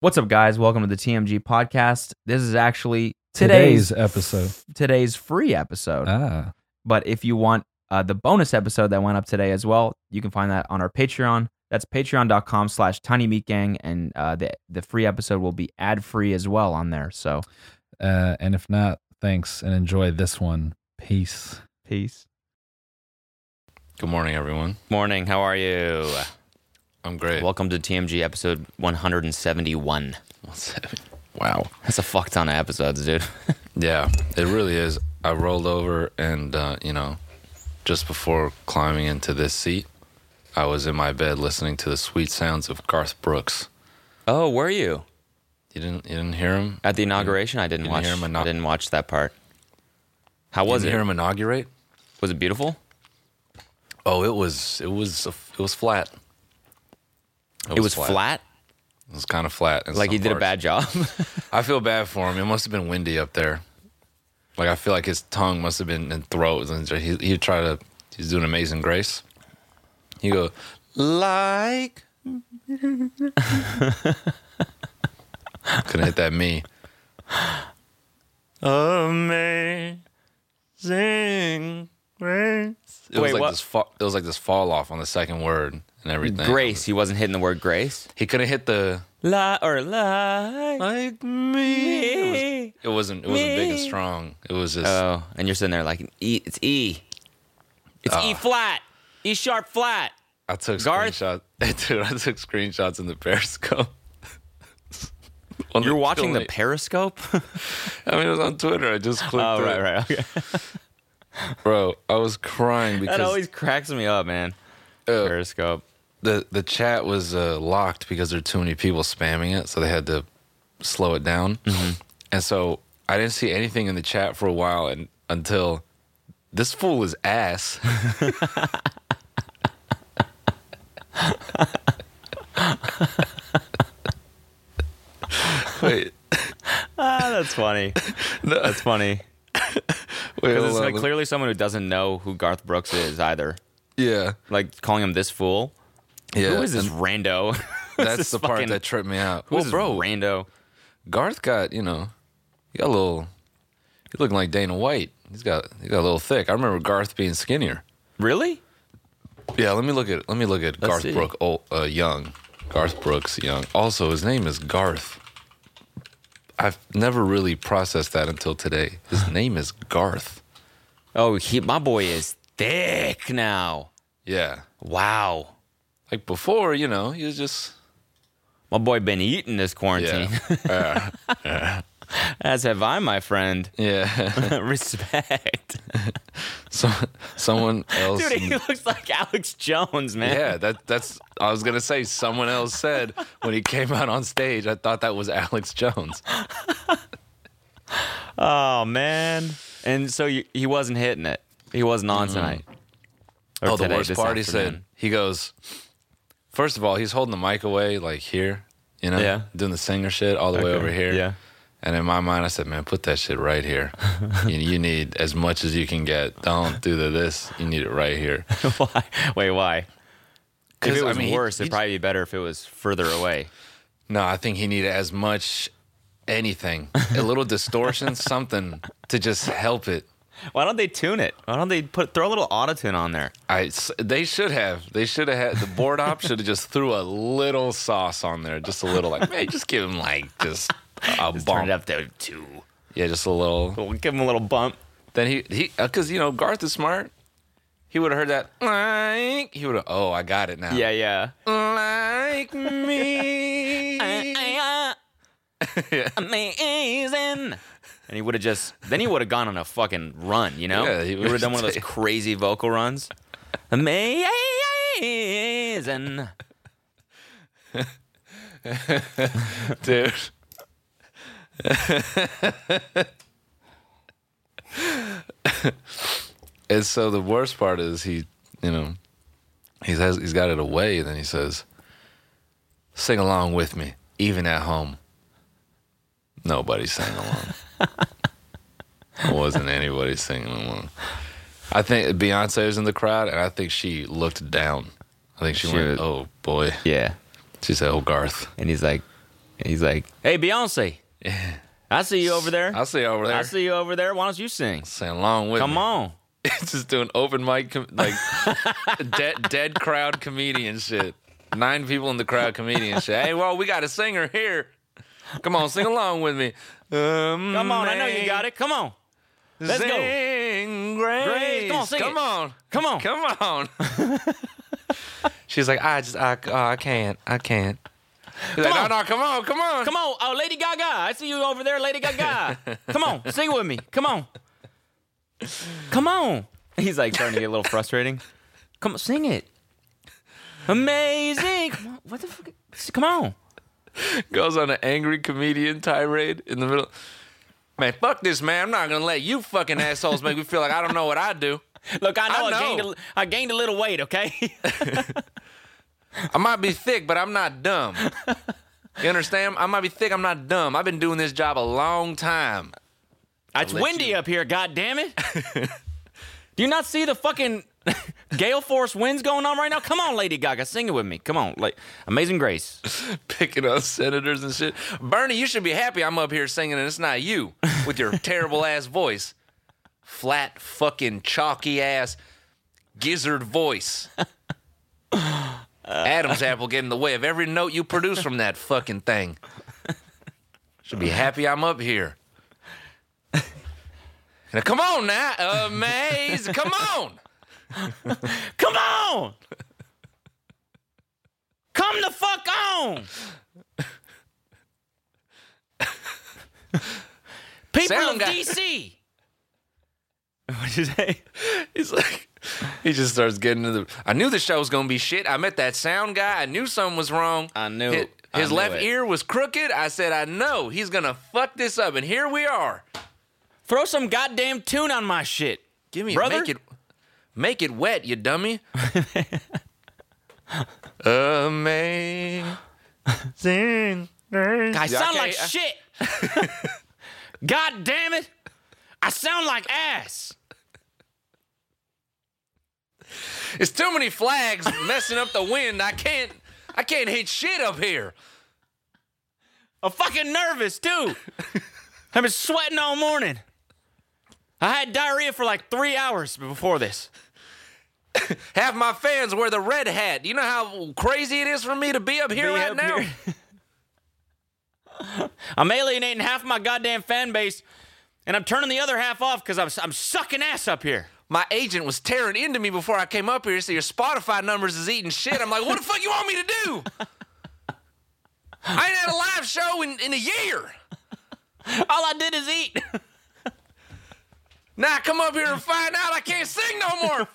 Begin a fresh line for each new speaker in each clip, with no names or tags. What's up, guys? Welcome to the TMG podcast. This is actually
Today's
today's
episode.
today's free episode.
Ah,
but if you want uh, the bonus episode that went up today as well, you can find that on our Patreon. That's patreon.com slash tiny meat gang. And uh, the, the free episode will be ad free as well on there. So
uh, and if not, thanks and enjoy this one. Peace.
peace.
Good morning, everyone.
Morning. How are you?
I'm great.
Welcome to TMG episode 171.
Wow.
That's a fuck ton of episodes, dude.
Yeah, it really is. I rolled over, and uh, you know, just before climbing into this seat, I was in my bed listening to the sweet sounds of Garth Brooks.
Oh, were you
You didn't? You didn't hear him?
at the inauguration? I didn't,
Didn't
watch.
hear him
I
inau-
didn't watch that part. How
You
was
didn't
it?
hear him inaugurate?
Was it beautiful?
Oh, it was. It was. a f- It was flat.
It was flat.
It was kind of flat. in
Like he
some
did a
parts.
bad job.
I feel bad for him. It must have been windy up there. Like I feel like his tongue must have been in throat. And he he tried to. He's doing Amazing Grace. He go like. Couldn't hit that me. Amazing Grace. It was
Wait,
like
what?
this. Fa- it was like this fall off on the second word and everything.
grace. He wasn't hitting the word grace.
He couldn't hit the
La or la.
like me.
Oh,
It wasn't. It wasn't big and strong. It was just.
and you're sitting there like E. It's E. It's E flat. E sharp flat.
I took
Garth?
screenshots. Dude, I took screenshots in the Periscope. On
You're watching the
Twitter.
Periscope. oh,
I mean, it was on Twitter. I just clicked. through it.
right. Okay.
Bro, I was crying because
That always cracks me up, man. Periscope.
the the chat was uh, locked because there are too many people spamming it, so they had to slow it down.
Mm-hmm.
And so I didn't see anything in the chat for a while, and until this fool is ass. wait,
Ah, that's funny. That's funny.
wait,
Because it's
hold
like
on.
clearly someone who doesn't know who Garth Brooks is either.
yeah,
Like calling him this fool.
yeah.
Who is this rando?
That's the part
fucking-
that tripped me out.
Who
Well,
is this
bro,
rando?
Garth got you know, he got a little. He looking like Dana White. He's got he got a little thick. I remember Garth being skinnier.
Really?
Yeah, let me look at let me look at Garth
see.
Brooks old, uh, young. Garth Brooks young. Also, his name is Garth. I've never really processed that until today. His name is Garth.
Oh, he, my boy is thick now.
Yeah,
Wow.
like before, you know, he was just
My boy been eating this quarantine.
yeah,
As have I, my friend.
yeah.
Respect.
so, someone else.
Dude, he looks like Alex Jones, man.
Yeah, that that's I was gonna say someone else said when he came out on stage, I thought that was Alex Jones.
Oh man! And so you, he wasn't hitting it. He wasn't on tonight. Or
oh, the
today,
worst
this
part he said
afternoon.
he goes first of all, he's holding the mic away like here, you know,
Yeah.
doing the singer shit all the way
Okay,
over here.
yeah.
And in my mind I said, Man, put that shit right here. you, you need as much as you can get. Don't do the this. You need it right here.
why? Wait, why? If
'Cause,
it
I
was
mean, he-
worse,
he-
it'd probably be better if it was further away.
No, I think he needed as much anything. A little distortion, something to just help it.
Why don't they tune it? Why don't they put throw a little autotune on there?
I s- they should have they should have had the board op should have just threw a little sauce on there, just a little like man, just give him like just a
Turn
bump,
it up to two.
yeah, just a little.
We'll give him a little bump.
Then he he because you know Garth is smart, he would have heard that like he would have oh I got it now
Yeah, yeah.
like me
Amazing. And he would have just then he would have gone on a fucking run, you know?
Yeah, he
he would have done one of those
would've-
crazy vocal runs. Amazing.
dude. and so the worst part is he, you know, he has he's got it away, and then he says, "Sing along with me, even at home." Nobody sang along. Wasn't anybody singing along. I think Beyonce was in the crowd, and I think she looked down. I think she,
She
went,
was-
"Oh boy,"
Yeah.
she said, "Oh Garth."
And he's like, he's like,
Hey, Beyonce. I see you over there.
I see over there.
I see you over there. Why don't you sing?
Saying along with
Come
me.
on.
just doing open mic, com- like dead, dead crowd comedian shit. Nine people in the crowd comedian shit. Hey, well, we got a singer here. Come on, sing along with me. Um,
Come on. I know you got it. Come on. Let's go.
Sing, Grace.
Grace, come on, sing
Come
it.
on.
Come on.
Come on. She's like, I just, I, oh, I can't, I can't. He's like,
on.
no, no, come on, come on.
Come on. Oh, Lady Gaga. I see you over there, Lady Gaga. Come on. Sing with me. Come on. Come on.
he's like starting to get a little frustrating.
Come on. Sing it. Amazing. Come on. What the fuck? Come on.
goes on an angry comedian tirade in the middle. Man, fuck this, man. I'm not gonna let you fucking assholes make me feel like I don't know what I do.
Look, I know I,
I know.
gained, a, I gained a little weight, okay?
I might be thick, but I'm not dumb. You understand? I might be thick, I'm not dumb. I've been doing this job a long time.
it's
let
windy
you-
up here, God damn it. Do you not see the fucking gale force winds going on right now? Come on, Lady Gaga, sing it with me. Come on, like Amazing Grace.
Picking up senators and shit. Bernie, you should be happy I'm up here singing and it's not you with your terrible ass voice. Flat, fucking, chalky ass, gizzard voice. Adam's apple get in the way of every note you produce from that fucking thing. Should be happy I'm up here. Now come on now, amazing! Come on,
Come on! Come the fuck on! People of
Sound guy.
DC!
What'd you say?
he's like, he just starts getting to the. I knew the show was gonna be shit. I met that sound guy. I knew something was wrong.
I knew
His,
I
his
knew
left
it.
ear was crooked. I said, I know he's gonna fuck this up, and here we are.
Throw some goddamn tune on my shit.
Give me
Brother?
make it, make it wet, you dummy. Amazing.
I
Yeah,
sound
okay,
like
I-
shit. God damn it. I sound like ass.
It's too many flags messing up the wind. I can't. I can't hit shit up here.
I'm fucking nervous too. I've been sweating all morning. I had diarrhea for like three hours before this.
Half my fans wear the red hat. You know how crazy it is for me to be up here
Be
right
up
now?
here. I'm alienating half my goddamn fan base, and I'm turning the other half off because I'm, I'm sucking ass up here.
My agent was tearing into me before I came up here. So your Spotify numbers is eating shit. I'm like, what the fuck you want me to do? I ain't had a live show in, in a year.
All I did is eat.
Now I come up here and find out I can't sing no more.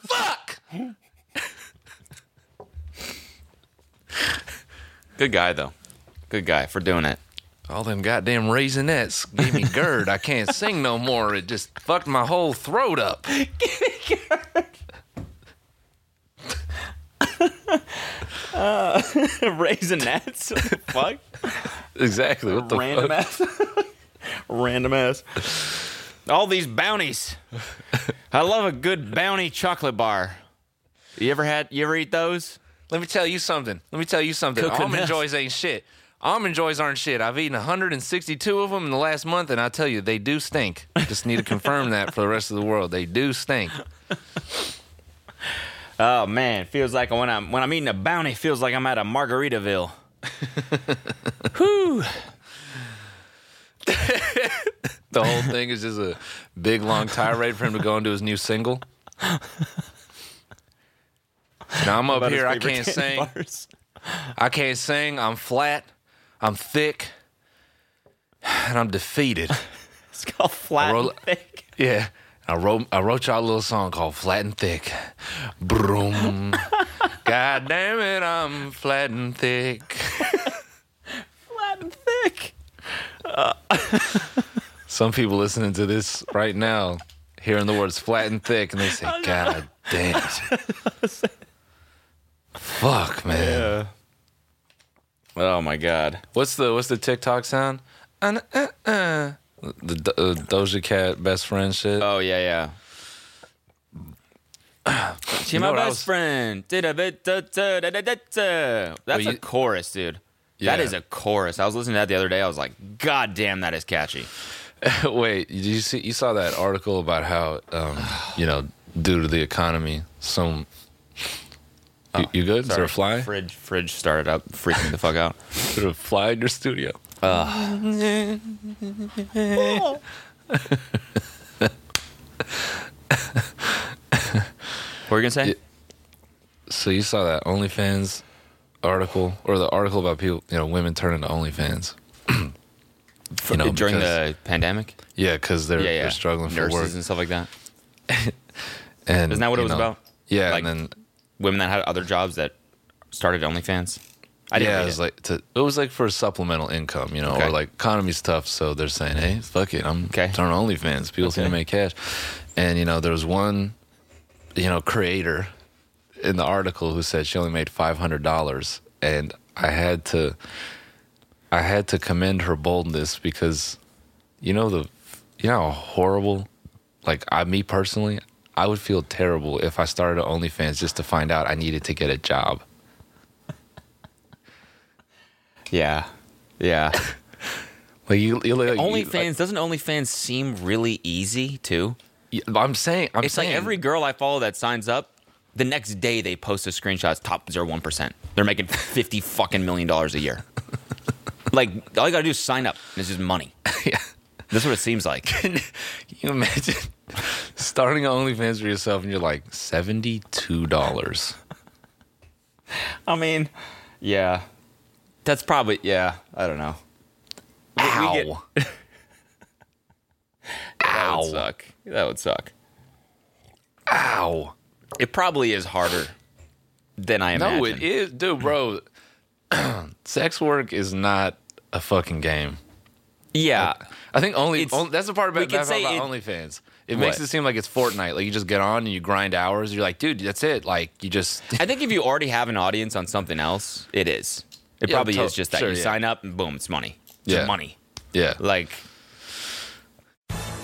Fuck.
Good guy though. Good guy for doing it.
All them goddamn raisinettes gave me GERD. I can't sing no more. It just fucked my whole throat up.
Raisinets. What the fuck?
Exactly. What the
Random ass. Random ass. All these bounties. I love a good bounty chocolate bar. You ever had? You ever eat those?
Let me tell you something. Let me tell you something.
Coconut.
Almond joys ain't shit. Almond joys aren't shit. I've eaten 162 of them in the last month, and I tell you, they do stink. Just need to confirm that for the rest of the world. They do stink.
Oh man, feels like when I'm when I'm eating a bounty, feels like I'm at a Margaritaville.
The whole thing is just a big long tirade for him to go into his new single. Now I'm up
About his
here. I
favorite
can't
candy
sing.
bars.
I can't sing. I'm flat. I'm thick. And I'm defeated.
It's called flat
Roll-
and thick.
Yeah. I wrote I wrote y'all a little song called Flat and Thick. Broom. God damn it, I'm flat and thick.
sick.
Some people listening to this right now, hearing the words flat and thick, and they say, God damn. Fuck,
Yeah.
man.
Oh my god.
What's the what's the TikTok sound? An, uh, uh. The Do- uh, Doja Cat best friend shit.
Oh yeah, yeah. She
You know
my
what I
best
was-
friend. Da-da-ba-da-da-da-da-da-da. That's a
you-
chorus, dude.
Yeah.
That is a chorus. I was listening to that the other day. I was like, God damn, that is catchy.
Wait, did you see? You saw that article about how, um, you know, due to the economy, some.
Uh,
You, you good? Is there a fly?
Fridge, fridge started up, freaking the fuck out.
Is there a fly in your studio?
What were you gonna say?
So you saw that OnlyFans article, or the article about people, you know, women turning to OnlyFans. you know,
During
because-
the pandemic?
yeah, because they're
Yeah, yeah.
they're struggling for
Nurses
work.
and stuff like that.
And
Isn't that what it
you
was
know,
about?
Yeah,
Like,
and then
Women that had other jobs that started OnlyFans. I didn't
yeah,
read
it was
it.
like to, it was like for supplemental income, you know,
Okay.
or like economy's tough, so they're saying, "Hey, fuck it, I'm
Okay.
turning on OnlyFans. People seem to
Okay.
make cash." And you know, there was one, you know, creator in the article who said she only made five hundred dollars, and I had to, I had to commend her boldness because, you know the, you know how horrible, like I me personally, I would feel terrible if I started an OnlyFans just to find out I needed to get a job.
yeah. Yeah.
Like you, you like you-
OnlyFans doesn't OnlyFans seem really easy too?
Yeah, but I'm saying, I'm
It's
saying,
like every girl I follow that signs up, the next day they post a screenshot it's top 0.1%. They're making 50 fucking million dollars a year. Like all you got to do is sign up. and It's just money.
Yeah.
That's what it seems like.
Can you imagine starting OnlyFans for yourself and you're like seventy-two dollars?
I mean, yeah. That's probably yeah, I don't know.
Ow!
we That would
Ow.
suck. That would suck.
Ow!
It probably is harder than I imagine.
No, it is, dude, bro. sex work is not a fucking game.
Yeah.
I think only,
It's-
on- that's the part
we
about,
can
about
say it-
OnlyFans. It makes
What?
it seem like it's Fortnite. Like you just get on and you grind hours. You're like, dude, that's it. Like you just
I think if you already have an audience on something else, it is. It
Yeah,
probably
to-
is just that
sure,
you
yeah.
sign up and boom, it's money. It's
Yeah.
money.
yeah.
Like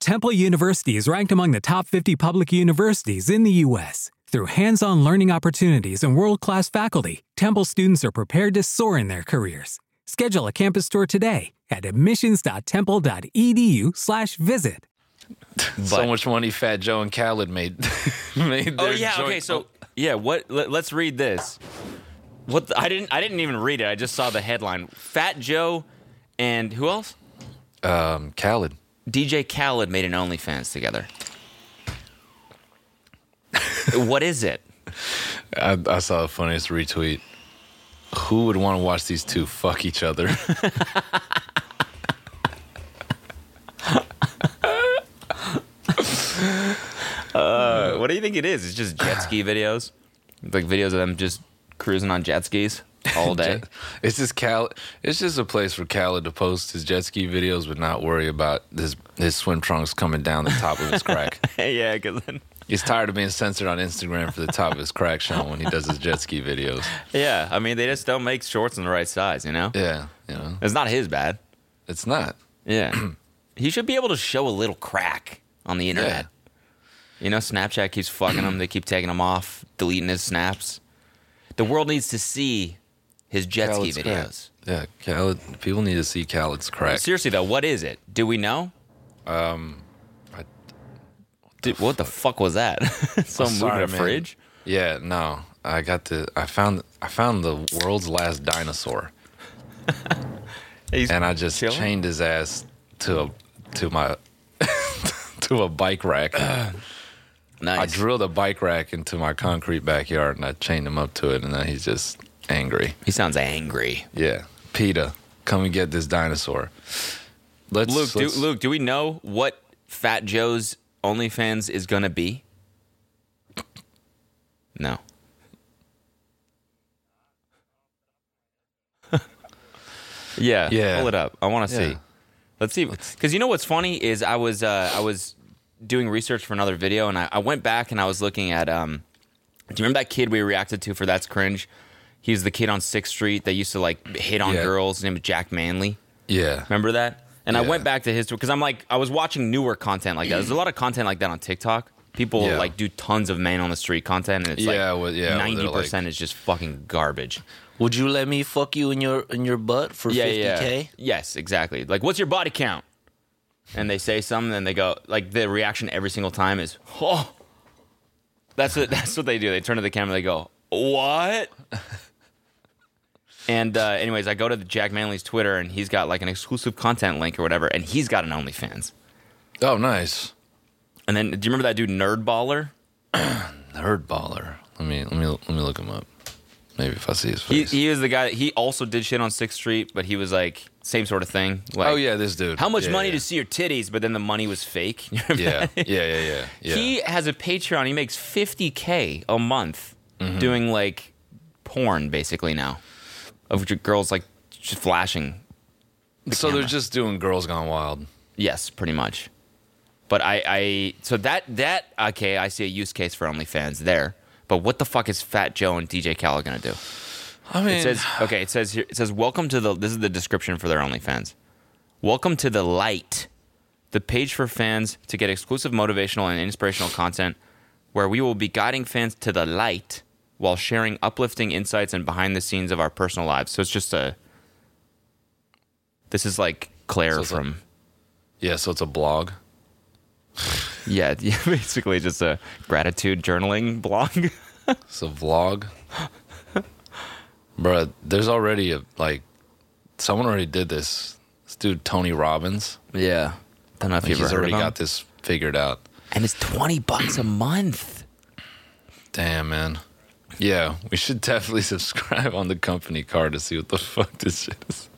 Temple University is ranked among the top 50 public universities in the U.S. Through hands on learning opportunities and world class faculty, Temple students are prepared to soar in their careers. Schedule a campus tour today at E admissions.temple.edu/slash visit.
so much money Fat Joe and Khaled made. made
Oh
their
yeah,
joint-
okay, so yeah, what let, us read this. What the, I didn't I didn't even read it. I just saw the headline. Fat Joe and who else?
um, Khaled.
DJ Khaled made an OnlyFans together. what is it?
I, I saw the funniest retweet. Who would want to watch these two fuck each other?
Uh, what do you think it is? It's just jet ski videos. Like videos of them just cruising on jet skis all day.
it's just Cal. It's just a place for Khaled to post his jet ski videos, but not worry about his his swim trunks coming down the top of his crack.
yeah, cuz then
He's tired of being censored on Instagram for the top of his crack showing when he does his jet ski videos.
Yeah, I mean they just don't make shorts in the right size, you know?
Yeah, you know,
It's not his bad.
it's not.
Yeah. he should be able to show a little crack on the internet. You know, Snapchat keeps fucking him. They keep taking him off, deleting his snaps. The world needs to see his jet
Khaled's
ski
crack.
videos.
Yeah, Khaled. People need to see Khaled's crack.
Seriously though, what is it? Do we know?
Um, I-
Dude, what the fuck was that? Some moving
sorry,
a
man.
fridge?
Yeah, no. I got the I found I found the world's last dinosaur.
He's
and I just
chilling?
chained his ass to a to my to a bike rack. I
nice.
drilled a bike rack into my concrete backyard and I chained him up to it, and then he's just angry.
he sounds angry.
Yeah, Peta, come and get this dinosaur. Let's
Luke, do,
let's-
Luke, do we know what Fat Joe's OnlyFans is gonna be? No. yeah,
Yeah.
Pull it up. I want to
Yeah.
see. Let's see. Because you know what's funny is I was uh, I was doing research for another video and I, I went back and I was looking at um. Do you remember that kid we reacted to for That's Cringe? He was the kid on Sixth Street that used to like hit on
Yeah.
girls. His name was Jack Manley.
Yeah,
Remember that? And I
Yeah.
went back to history because I'm like, I was watching newer content like that. There's a lot of content like that on TikTok. People
Yeah.
like do tons of man on the street content, and it's
Yeah,
like
well, yeah, well,
ninety
they're
percent is just fucking garbage.
Would you let me fuck you in your in your butt for
Yeah,
fifty
yeah,
k?
yes, exactly. Like, what's your body count? And they say something, and they go like the reaction every single time is, oh, that's what that's what they do. They turn to the camera, they go, what? And uh, anyways, I go to the Jack Manley's Twitter, and he's got like an exclusive content link or whatever, and he's got an OnlyFans.
Oh, nice.
And then, do you remember that dude Nerdballer?
Nerd baller. Let me let me let me look him up. Maybe if I see his
He
face.
he was the guy. He also did shit on Sixth Street, but he was like same sort of thing. Like,
oh yeah, this dude.
how much
Yeah,
money
yeah.
to see your titties? But then the money was fake. You remember
Yeah, yeah,
that?
yeah, yeah. yeah.
He has a Patreon. He makes fifty k a month
Mm-hmm.
doing like porn, basically now, of g- girls like just flashing.
so they're just doing Girls Gone Wild.
Yes, pretty much. But I, I so that that okay, I see a use case for OnlyFans there. But what the fuck is Fat Joe and DJ Khaled gonna do?
I mean,
It says okay. It says here. It says welcome to the. This is the description for their OnlyFans. Welcome to the light, the page for fans to get exclusive motivational and inspirational content, where we will be guiding fans to the light while sharing uplifting insights and behind the scenes of our personal lives. So it's just a. This is like Claire
So it's
from
yeah. So it's a blog.
yeah, yeah, basically just a gratitude journaling blog.
It's a vlog. Bruh, there's already a like, someone already did this. This dude Tony Robbins.
yeah, don't know if
Like,
you've
he's
ever heard
already
of him.
got this figured out.
And it's twenty bucks a month.
Damn, man. Yeah, we should definitely subscribe on the company card to see what the fuck this shit is.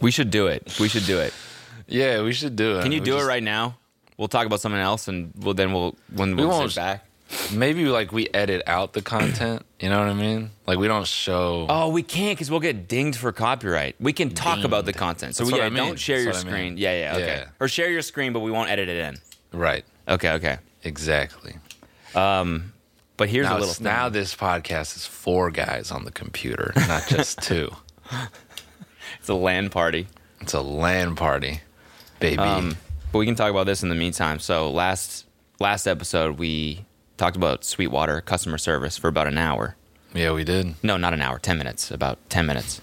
We should do it. We should do it.
Yeah, we should do it.
Can you
We
do
just-
it right now? We'll talk about something else, and we'll then we'll when
We
we'll
won't-
sit back.
Maybe like we edit out the content. You know what I mean? Like we don't show.
Oh, we can't because we'll get dinged for copyright. We can talk about the content. So we
That's what
yeah,
I mean.
don't share
That's
your
what I mean.
screen. Yeah, yeah, okay.
Yeah.
Or share your screen, but we won't edit it in.
Right.
Okay, okay.
Exactly.
But here's
Now,
a little
it's- now
thing.
this podcast is four guys on the computer, not just two.
It's a land party.
It's a land party, baby.
But we can talk about this in the meantime. So last last episode we talked about Sweetwater customer service for about an hour.
yeah, we did.
no, not an hour, 10 minutes, about 10 minutes.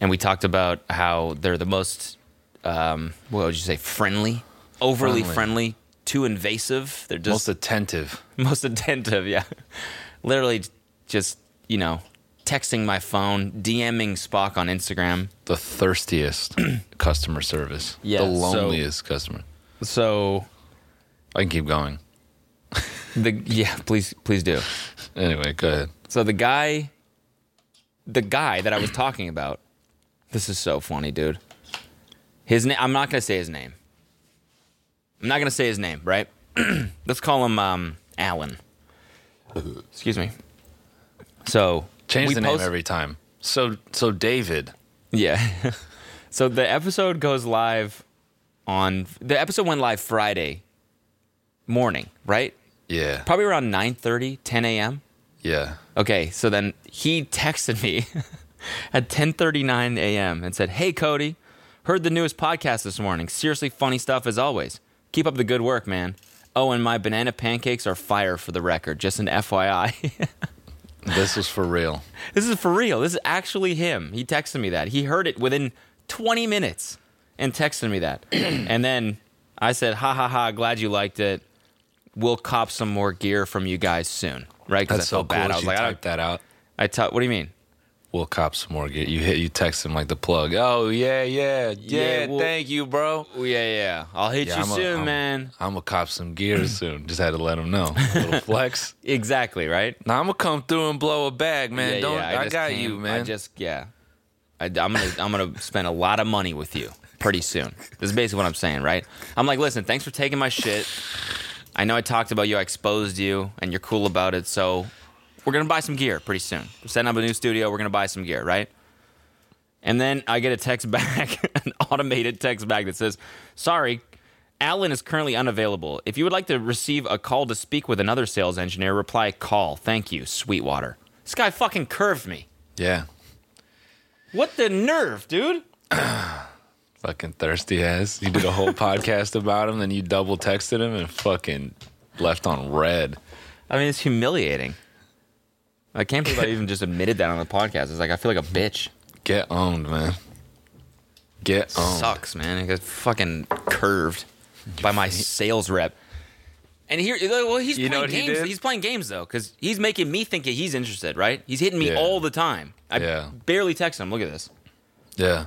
And we talked about how they're the most, um, what would you say, friendly, overly friendly,
Friendly.
too invasive. They're just
Most attentive.
most attentive, yeah. Literally just, you know, texting my phone, DMing Spock on Instagram.
the thirstiest customer service.
Yeah,
the
so-
loneliest customer.
So,
I can keep going.
the yeah, please, please do.
Anyway, go ahead.
So the guy, the guy that I was talking about, this is so funny, dude. His name, I'm not gonna say his name. I'm not gonna say his name, right? Let's call him um, Alan. Excuse me. So
Change
we
the
post-
name every time. So so David.
yeah. so the episode goes live on the episode went live Friday morning, right?
Yeah.
Probably around 9:30, 10 a.m.
yeah.
Okay, so then he texted me at 10:39 a.m. and said, "Hey Cody, heard the newest podcast this morning. Seriously funny stuff as always. Keep up the good work, man. Oh, and my banana pancakes are fire for the record, just an FYI.
This was for real.
this is for real. This is actually him. He texted me that. He heard it within 20 minutes and texted me that. and then I said, "Ha ha ha, glad you liked it. We'll cop some more gear from you guys soon." Right? 'Cause
That's
I
so
felt
cool.
bad.
that
I was
you
like, I,
typed that out.
I t- what do you mean?
we'll cop some more gear. You hit, you text him like the plug. Oh yeah, yeah, yeah.
well-
thank you, bro.
Oh, yeah, yeah. I'll hit
Yeah,
you
I'm a-
soon,
I'm a-
man.
I'm gonna cop some gear soon. Just had to let him know. A little flex.
Exactly, right?
Now I'm gonna come through and blow a bag, man.
yeah,
Don't
yeah,
I,
just
got
came-
you, man.
I just yeah. I, am gonna I'm gonna spend a lot of money with you pretty soon. This is basically what I'm saying, right? I'm like, listen, thanks for taking my shit. I know I talked about you, I exposed you, and you're cool about it. So we're gonna buy some gear pretty soon. We're setting up a new studio. We're gonna buy some gear, right? And then I get a text back, an automated text back that says, "Sorry." Alan is currently unavailable. If you would like to receive a call to speak with another sales engineer, reply call. Thank you, Sweetwater. This guy fucking curved me.
yeah,
What the nerve, dude?
fucking thirsty ass. You did a whole podcast about him, then you double texted him and fucking left on red.
I mean, it's humiliating. I can't believe I even just admitted that on the podcast. It's like I feel like a bitch.
Get owned, man. Get owned.
Sucks, man. I got fucking curved by my sales rep. And here, well, he's
You know
playing
what he
games.
did?
he's playing games though, because he's making me think that he's interested. Right? He's hitting me
Yeah.
all the time. I
Yeah.
barely text him. Look at this.
Yeah.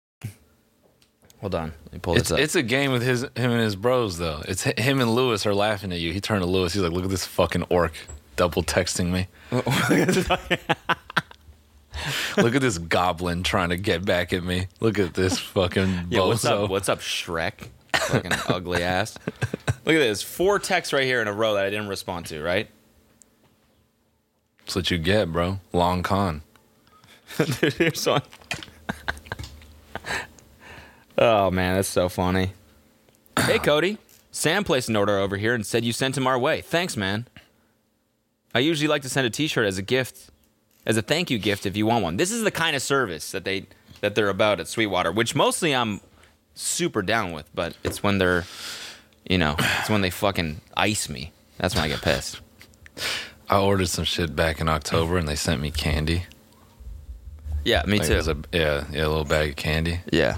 Hold on. Let me pull
It's,
this up.
it's a game with his him and his bros though. It's hi- him and Lewis are laughing at you. He turned to Lewis. He's like, "Look at this fucking orc double texting me. Look at this goblin trying to get back at me. Look at this fucking
Yeah, what's
bozo."
up? What's up, Shrek? Fucking ugly ass. Look at this. Four texts right here in a row that I didn't respond to, right?
That's what you get, bro. Long con.
Dude, here's one. oh, man, that's so funny. Hey, Cody. Sam placed an order over here and said you sent him our way. Thanks, man. I usually like to send a T-shirt as a gift, as a thank you gift if you want one. This is the kind of service that they that they're about at Sweetwater, which mostly I'm super down with. But it's when they're, you know, it's when they fucking ice me. That's when I get pissed.
I ordered some shit back in October and they sent me candy.
Yeah, me
Like, it
too.
was a, yeah, yeah, a little bag of candy.
yeah,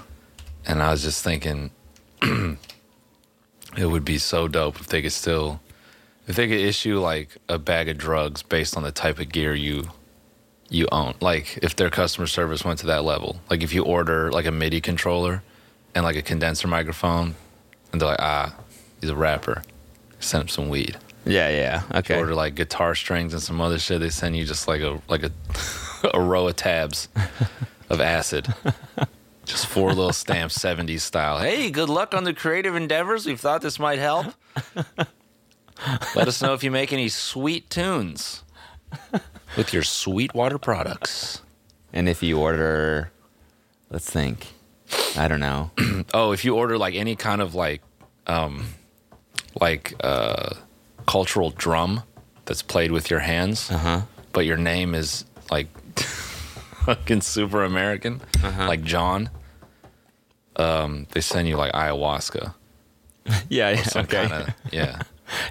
and I was just thinking it would be so dope if they could still if they could issue like a bag of drugs based on the type of gear you you own. Like if their customer service went to that level. Like if you order like a MIDI controller and like a condenser microphone and they're like, ah, he's a rapper. Send him some weed.
yeah, yeah.
You
Okay.
Order like guitar strings and some other shit. They send you just like a like a a row of tabs of acid. Just four little stamps, 70s style. Hey,
Hey, good luck on the creative endeavors. We've thought this might help.
let us know if you make any sweet tunes with your Sweetwater products.
And if you order, let's think. I don't know.
Oh, if you order like any kind of like, um, like uh, cultural drum that's played with your hands, but your name is like fucking super American, like John. Um, they send you like ayahuasca.
yeah, yeah,
Some kind of yeah.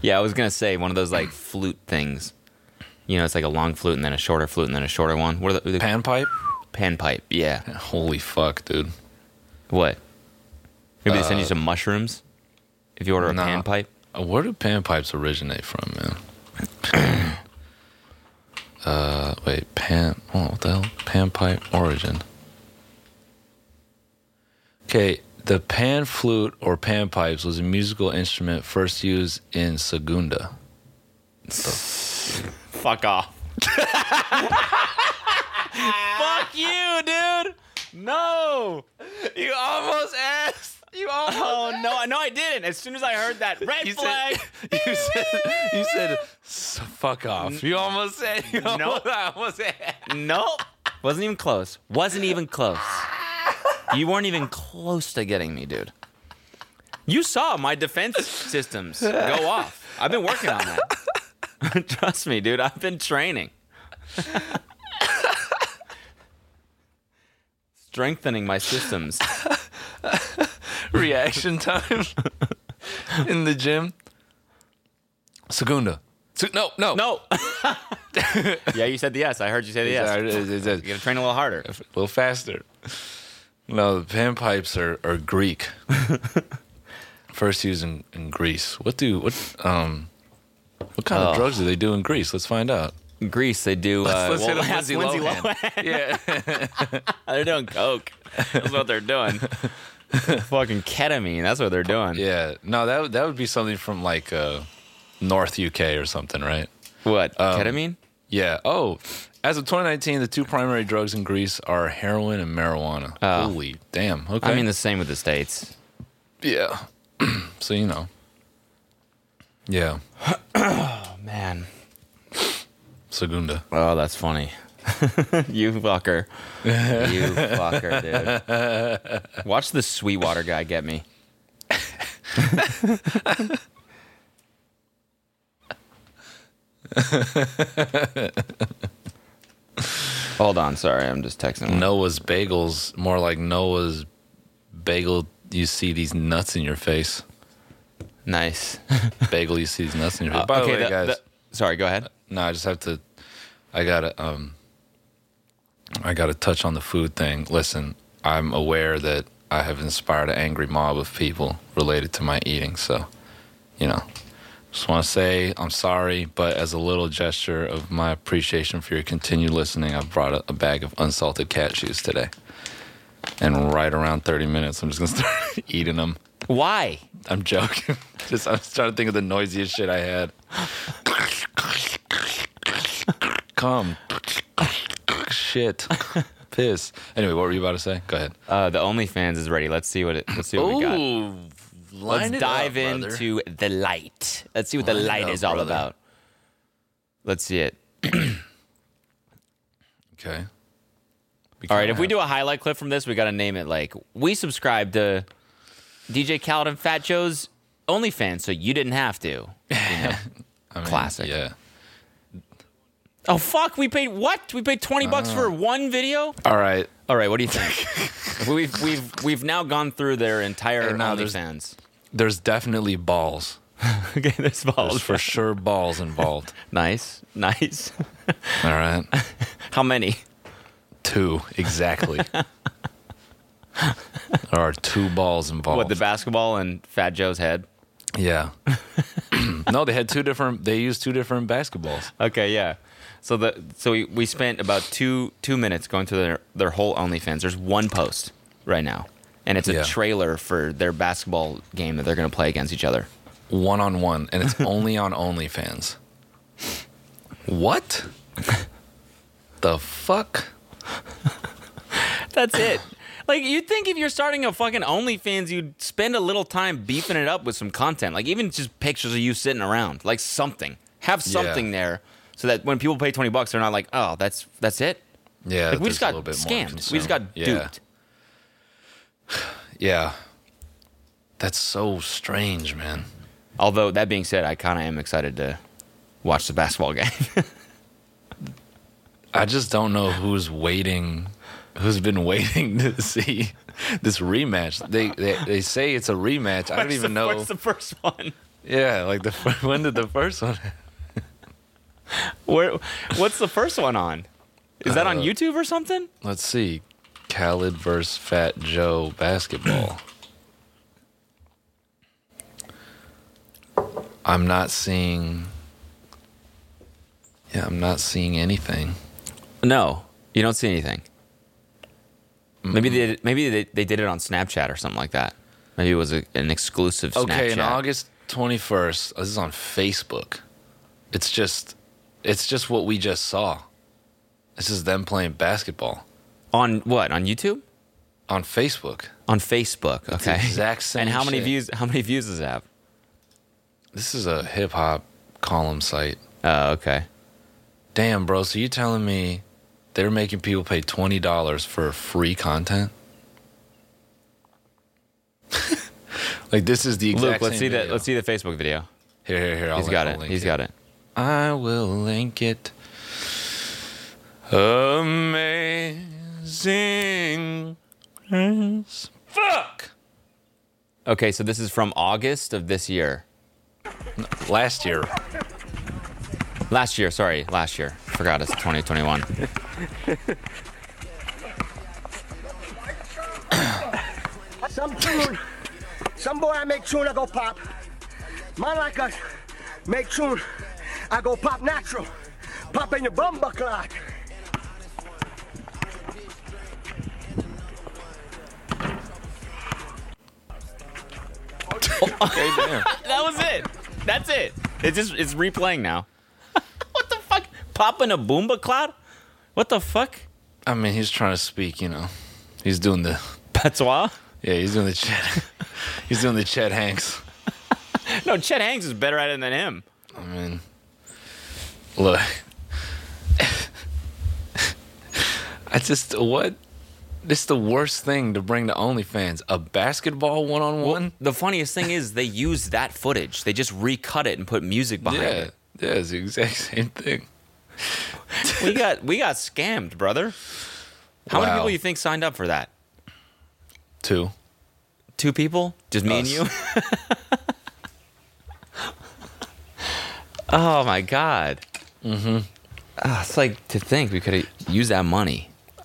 yeah, I was gonna say one of those like flute things. You know, it's like a long flute and then a shorter flute and then a shorter one. What are the, the
Panpipe?
panpipe? Yeah.
Holy fuck, dude.
What? Maybe they send you some mushrooms if you order a
nah.
panpipe.
Uh, Where do panpipes originate from, man? uh, wait, pan. Oh, what the hell? Panpipe origin. Okay, the pan flute or panpipes was a musical instrument first used in Segunda.
Fuck off. Fuck Fuck you, dude. No.
You almost asked. You almost.
Oh no, I- no, I didn't. As soon as I heard that red
You said,
flag,
you said, you said, "S- fuck off. You almost said, you almost,
Nope.
I almost said.
nope, wasn't even close. Wasn't even close. You weren't even close to getting me, dude. You saw my defense systems go off. I've been working on that. Trust me, dude. I've been training. Strengthening my systems.
reaction time in the gym. Segunda. Se- no, no.
No. yeah, you said the yes. I heard you say the yes.
Sorry, it- it- it-
You gotta train a little harder.
a little faster. No, the panpipes are, are Greek. First used in, in Greece. What do what um what kind of drugs do they do in Greece? Let's find out.
In Greece, they do. uh,
let's hit
well,
up
ask
Lindsay
Lindsay
Lohan.
Lohan.
Yeah.
they're doing coke. That's what they're doing. Fucking ketamine. That's what they're doing.
yeah. No, that would- that would be something from like uh North UK or something, right?
What ketamine?
Yeah. Oh, as of 2019, the two primary drugs in Greece are heroin and marijuana. Holy damn. Okay.
I mean, the same with the states.
yeah. so you know. Yeah.
Oh, Man.
Segunda.
Oh, that's funny. you fucker. you fucker, dude. Watch the Sweetwater guy get me. Hold on, sorry, I'm just texting. one.
Noah's bagels, more like Noah's bagel. You see these nuts in your face.
Nice.
Bagel, you see these nuts in your face. By the way,
the-
guys,
the- sorry, go ahead.
no, I just have to. I gotta. Um, I gotta touch on the food thing. Listen, I'm aware that I have inspired an angry mob of people related to my eating. So, you know, just want to say I'm sorry, but as a little gesture of my appreciation for your continued listening, I've brought a, a bag of unsalted cat shoes today. And right around 30 minutes, I'm just gonna start eating them.
Why?
I'm joking. Just I was trying to think of the noisiest shit I had. Come. shit. Piss. Anyway, what were you about to say? Go ahead.
Uh, the OnlyFans is ready. Let's see what it. Let's see what we got. Let's dive into the light. Let's see what the
Line it
light
up,
is all
brother.
about. Let's see it.
Okay. We
All right,
kinda
if we
have-
do a highlight clip from this, we got to name it like we subscribe to DJ Khaled and Fat Joe's OnlyFans, so you didn't have to. You know?
I mean,
classic.
Yeah.
oh fuck, we paid what? We paid twenty bucks for
Uh.
one video.
All right.
All right, what do you think? we've we've we've now gone through their entire
And now there's-
OnlyFans.
There's definitely balls.
okay, there's
There's
balls.
for sure balls involved.
Nice, nice.
All right.
How many?
Two exactly. there are two balls involved.
What the basketball and Fat Joe's head?
Yeah. no, they had two different. They used two different basketballs.
Okay, yeah. So the so we, we spent about two two minutes going through their their whole OnlyFans. There's one post right now, and it's a
Yeah.
trailer for their basketball game that they're going to play against each other.
One on one, and it's only on OnlyFans. What? the fuck?
That's it. like you'd think if you're starting a fucking OnlyFans, you'd spend a little time beefing it up with some content, like even just pictures of you sitting around, like something. Have
Yeah.
something there so that when people pay twenty bucks, they're not like, oh, that's that's it.
Yeah,
Like we just
there's a
got
little bit more
scammed. We just
concern.
got
Yeah.
duped.
Yeah. That's so strange, man.
Although that being said, I kind of am excited to watch the basketball game.
I just don't know who's waiting, who's been waiting to see this rematch. They they, they say it's a rematch. I don't even know.
What's the first one?
yeah, like the fir- when did the first one?
Where? What's the first one on? Is that on YouTube or something?
Let's see. Khaled versus Fat Joe basketball. I'm not seeing. Yeah, I'm not seeing anything.
No, you don't see anything. Maybe they maybe they, they did it on Snapchat or something like that. Maybe it was a, an exclusive Snapchat.
Okay, in August 21st, this is on Facebook. It's just, it's just what we just saw. This is them playing basketball.
On what? On YouTube?
on Facebook.
On Facebook. Okay.
the exact same
And how many
shit.
views? How many views does it have?
This is a hip hop column site.
Oh, okay.
Damn, bro. So you telling me they're making people pay twenty dollars for free content? like this is the
Luke,
exact.
let's
same
see that.
video.
Let's see the Facebook video.
Here, here, here. I'll
He's
link-
got
I'll
it.
link
He's got it.
I will link it. Amazing. grace. Fuck.
Okay, so this is from August of this year.
Last year.
Last year, sorry, last year. Forgot it's 2021.
Some tune. Some boy I make tune, I go pop. Man like us make tune, I go pop natural. Pop in your bumper clock.
Okay, damn.
that was it. That's it. It's just it's replaying now. what the fuck? Popping a boomba cloud? What the fuck?
I mean, he's trying to speak. You know, he's doing the.
Patois?
Yeah, he's doing the Chet. he's doing the Chet Hanks.
No, Chet Hanks is better at it than him.
I mean, look. I just what? This is the worst thing to bring to OnlyFans: a basketball one-on-one.
The funniest thing is they used that footage. They just recut it and put music behind
yeah,
it.
yeah, it's the exact same thing.
We got we got scammed, brother. How many
Wow.
people you think signed up for that?
Two.
Two people? Just me and you? oh my god. Mm-hmm. it's like to think we could have used that money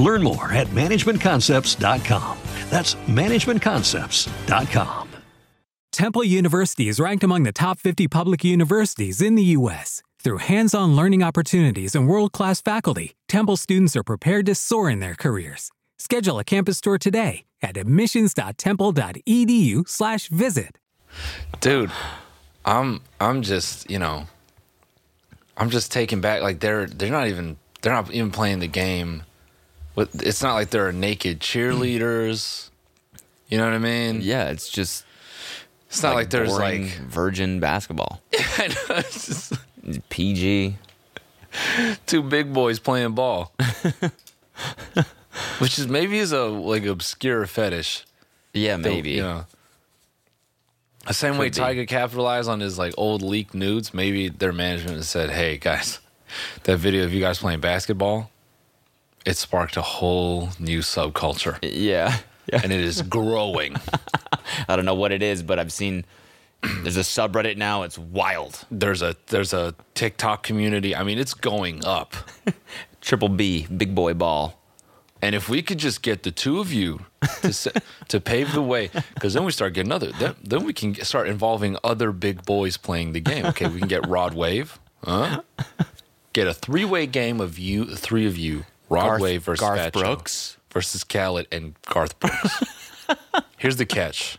Learn more at managementconcepts.com. That's managementconcepts.com.
Temple University is ranked among the top 50 public universities in the U.S. Through hands on learning opportunities and world class faculty, Temple students are prepared to soar in their careers. Schedule a campus tour today at E admissions.temple.edu/slash visit.
dude i'm i'm just you know i'm just taken back like they're they're not even they're not even playing the game with it's not like there are naked cheerleaders you know what i mean
yeah, it's just
it's not like, there's
boring
like
virgin basketball.
I know, it's just
PG.
two big boys playing ball which is maybe is a like obscure fetish
Yeah,
that,
maybe.
you know the same way Tiger capitalized on his like old leaked nudes, maybe their management said, "Hey guys, that video of you guys playing basketball, it sparked a whole new subculture,
Yeah. Yeah.
and it is growing."
I don't know what it is, but I've seen there's a subreddit now. It's wild.
There's a there's a TikTok community. I mean, it's going up.
Triple B, big boy ball.
And if we could just get the two of you to se- to pave the way, because then we start getting other. Then, then we can get- start involving other big boys playing the game. Okay, we can get Rod Wave. Huh? Get a three way game of you, three of you, Rod
Garth-
Wave versus
Garth
Fat Joe
Brooks?
versus Khaled and Garth Brooks. Here's the catch: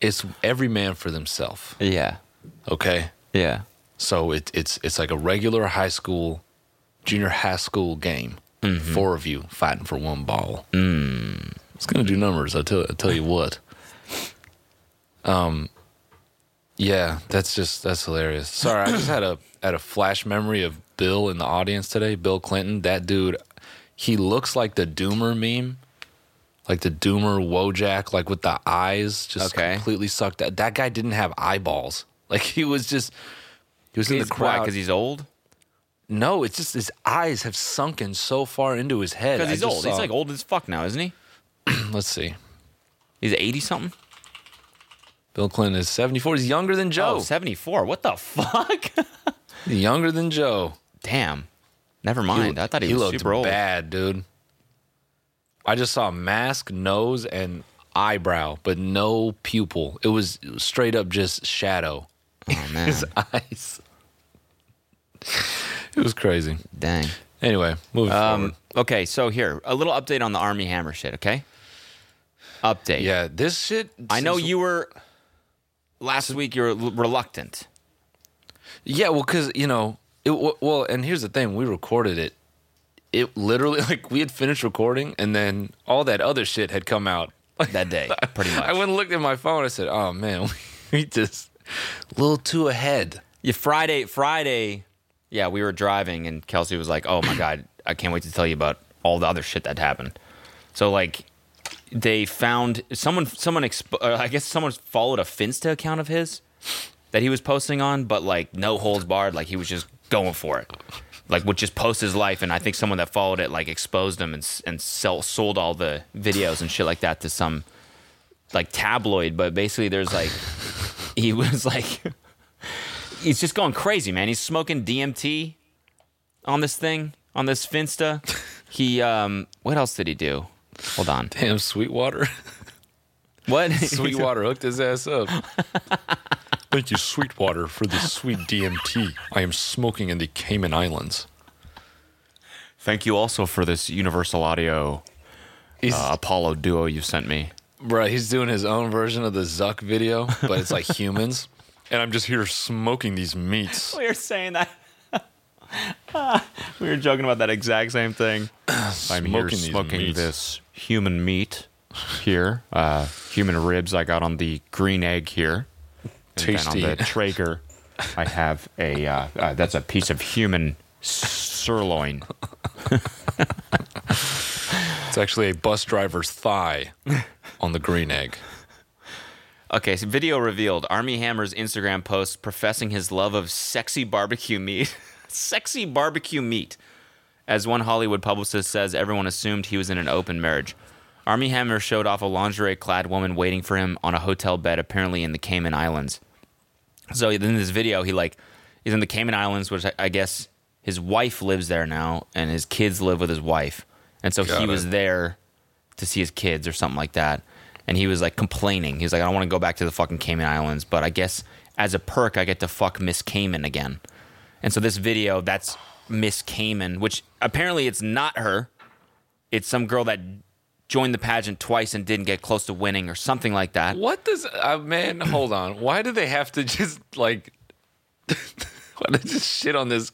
it's every man for himself.
Yeah.
Okay,
Yeah.
so it, it's it's like a regular high school, junior high school game. Four of you fighting for one ball. Mm. It's gonna do numbers. I tell I tell you what. Um. Yeah, that's just that's hilarious. Sorry, I just had a had a flash memory of Bill in the audience today. Bill Clinton, that dude, he looks like the Doomer meme, like the Doomer Wojak, like with the eyes just
Okay.
completely sucked. out. That guy didn't have eyeballs. Like he was just he was in the
He's quiet
crowd.
because he's old.
no, it's just his eyes have sunken so far into his head.
Because
I
he's
just
old.
saw-
He's like old as fuck now, isn't he?
Let's see.
He's 80 something.
Bill Clinton is 74. He's younger than
Oh,
Joe.
74. What the fuck?
He's younger than Joe.
Damn. Never mind. I thought he, was
looked
super old.
bad, dude. I just saw mask, nose, and eyebrow, but no pupil. It was straight up just shadow.
Oh man,
His eyes. it was crazy.
dang.
Anyway, moving
Um,
forward.
okay, so here a little update on the Army Hammer shit. Okay, update.
Yeah, this shit.
I know
seems-
you were last week. You were l- reluctant.
Yeah, well, because you know, it, w- well, and here's the thing: we recorded it. It literally, like, we had finished recording, and then all that other shit had come out
That day, pretty much.
I went and looked at my phone. I said, "Oh man, we just a little too ahead."
Yeah, Friday, Friday. Yeah, we were driving and Kelsey was like, "Oh my god, I can't wait to tell you about all the other shit that happened." So like, they found someone. Someone, expo- uh, I guess, someone followed a Finsta account of his that he was posting on, but like no holds barred. Like he was just going for it. Like would just post his life, and I think someone that followed it like exposed him and s- and sell, sold all the videos and shit like that to some like tabloid. But basically, there's like he was like he's just going crazy, man. He's smoking DMT on this thing, on this Finsta. He um what else did he do? Hold on.
Damn, Sweetwater,
What?
Sweetwater hooked his ass up. Thank you, Sweetwater, for the sweet DMT. I am smoking in the Cayman Islands.
Thank you also for this Universal Audio uh,
He's,
Apollo duo you sent me.
bruh, he's doing his own version of the Zuck video, but it's like humans. And I'm just here smoking these meats.
We were saying that. we were joking about that exact same thing. I'm here
Smoking these
smoking
meats.
this human meat here, uh, human ribs I got on the green egg here. And then
Tasty.
on the Traeger, I have a uh, uh, that's a piece of human sirloin.
It's actually a bus driver's thigh on the green egg.
Okay, so video revealed. Army Hammer's Instagram post professing his love of sexy barbecue meat. sexy barbecue meat. As one Hollywood publicist says, everyone assumed he was in an open marriage. Army Hammer showed off a lingerie clad woman waiting for him on a hotel bed, apparently in the Cayman Islands. So in this video, he like is in the Cayman Islands, which I, I guess his wife lives there now, and his kids live with his wife, and so he
Got
was
it.
there to see his kids or something like that. And he was like complaining. He was like, I don't want to go back to the fucking Cayman Islands, but I guess as a perk, I get to fuck Miss Cayman again. And so this video, that's Miss Cayman, which apparently it's not her. It's some girl that joined the pageant twice and didn't get close to winning or something like that.
What does uh, man? Hold on. Why do they have to just like? why they just shit on this?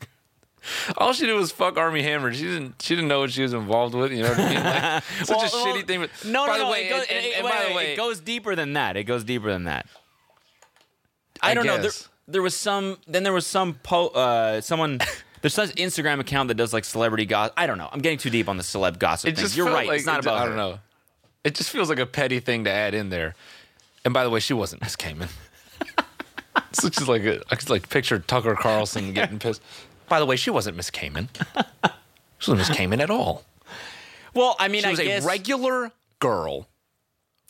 All she did was fuck Army Hammer. She didn't. She didn't know what she was involved with. You know what I mean? Like, such a
Well, well,
shitty thing. but-
No,
by
no,
the
no.
way,
it goes,
and, and-
it-
and
wait,
by the
wait,
way,
it goes deeper than that. It goes deeper than that. I,
I
don't know. There,
guess.
there was some. Then there was some. Po- uh, someone. There's some Instagram account that does like celebrity gossip. I don't know. I'm getting too deep on the celeb gossip.
It
thing.
just
You're
felt
right.
Like,
it's not
it ju-
about.
I
her.
don't know. It just feels like a petty thing to add in there. And by the way, she wasn't Miss Cayman. so it's just like a, I could like picture Tucker Carlson getting pissed. By the way, she wasn't Miss Cayman. She wasn't Miss Cayman at all.
Well, I mean,
She
I
was
guess
a regular girl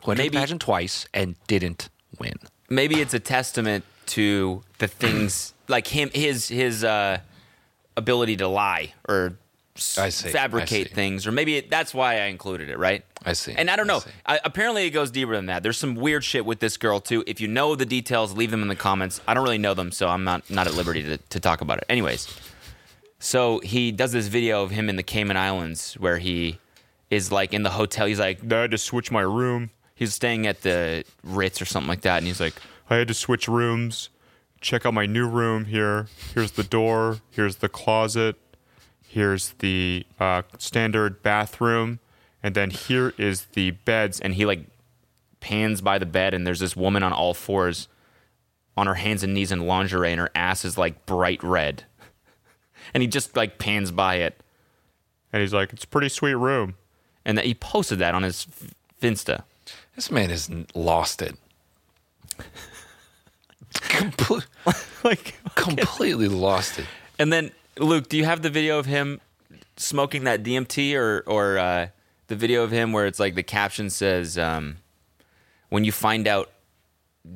who entered
Maybe-
the pageant twice and didn't win.
maybe it's a testament to the things like him, his his uh, ability to lie or s-
I see, I
fabricate
see.
things, or maybe it, that's why I included it, right?
I see,
And I don't
I
know.
see.
I, apparently, it goes deeper than that. There's some weird shit with this girl too. If you know the details, leave them in the comments. I don't really know them, so I'm not not at liberty to, to talk about it. Anyways, so he does this video of him in the Cayman Islands where he is like in the hotel. He's like, I had to switch my room. He's staying at the Ritz or something like that, and he's like,
I had to switch rooms. Check out my new room here. Here's the door. Here's the closet. Here's the uh, standard bathroom. And then here is the beds.
and he like pans by the bed and there's this woman on all fours on her hands and knees in lingerie and her ass is like bright red and he just like pans by it
And he's like, it's a pretty sweet room.
and that he posted that on his f- finsta
This man has n- lost it. Comple-
like
completely lost it.
and then luke do you have the video of him smoking that dmt or or uh the video of him where it's like the caption says um when you find out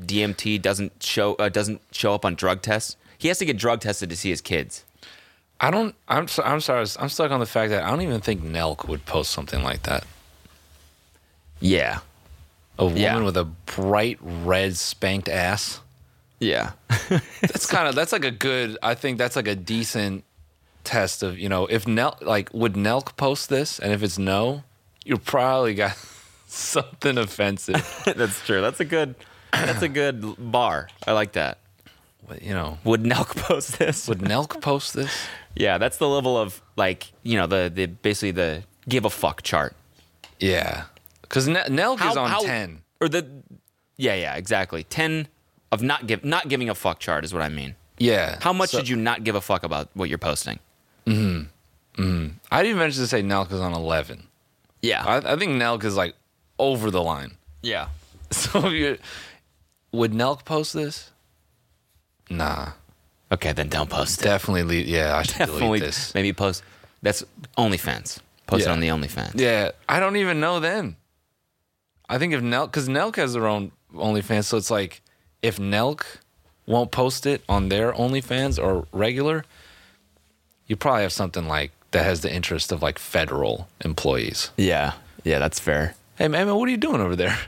dmt doesn't show uh, doesn't show up on drug tests he has to get drug tested to see his kids
I don't. I'm. So, I'm sorry. I'm stuck on the fact that I don't even think Nelk would post something like that.
Yeah.
A woman with a bright red spanked ass.
Yeah.
That's kind of that's like a good. I think that's like a decent test of you know if Nel like would Nelk post this and if it's no, you probably got something offensive.
that's true. That's a good. That's a good bar. I like that.
you know,
Would Nelk post this?
would Nelk post this?
Yeah, that's the level of like you know the the basically the give a fuck chart.
Yeah, because Nelk is on
how-
ten.
or the yeah yeah exactly ten of not give not giving a fuck chart is what I mean.
Yeah,
How much
So-
did you not give a fuck about what you're posting?
I didn't mention to say Nelk is on eleven.
Yeah,
I, I think Nelk is like over the line.
yeah.
So if you would Nelk post this? Nah,
Okay, then don't post it.
definitely. Le- yeah, I should
Definitely,
delete this.
maybe post. That's OnlyFans. Post
Yeah.
it on the OnlyFans.
Yeah, I don't even know then. I think if Nelk, because Nelk has their own OnlyFans, so it's like if Nelk won't post it on their OnlyFans or regular, you probably have something like that has the interest of like federal employees.
yeah, yeah. That's fair.
Hey, man, man, what are you doing over there?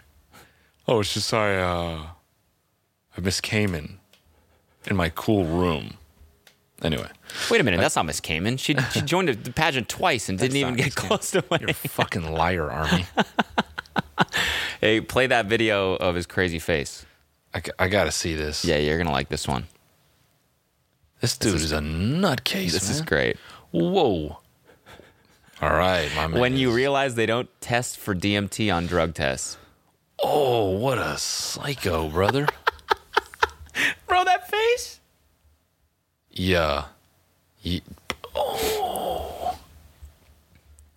Oh, it's just I, uh, I miss Cayman in my cool room. Anyway,
Wait a minute, that's not Miss Kamen. She she joined the pageant twice and didn't even get close to
you're a
winning.
fucking liar, Army.
Hey, play that video of his crazy face.
I, g- I gotta see this.
Yeah, you're gonna like this one.
This dude is, a nutcase.
This is
man.
great.
Whoa. All right, my man.
When you realize they don't test for DMT on drug tests,
Oh, what a psycho, brother.
bro, that face.
yeah. Ye-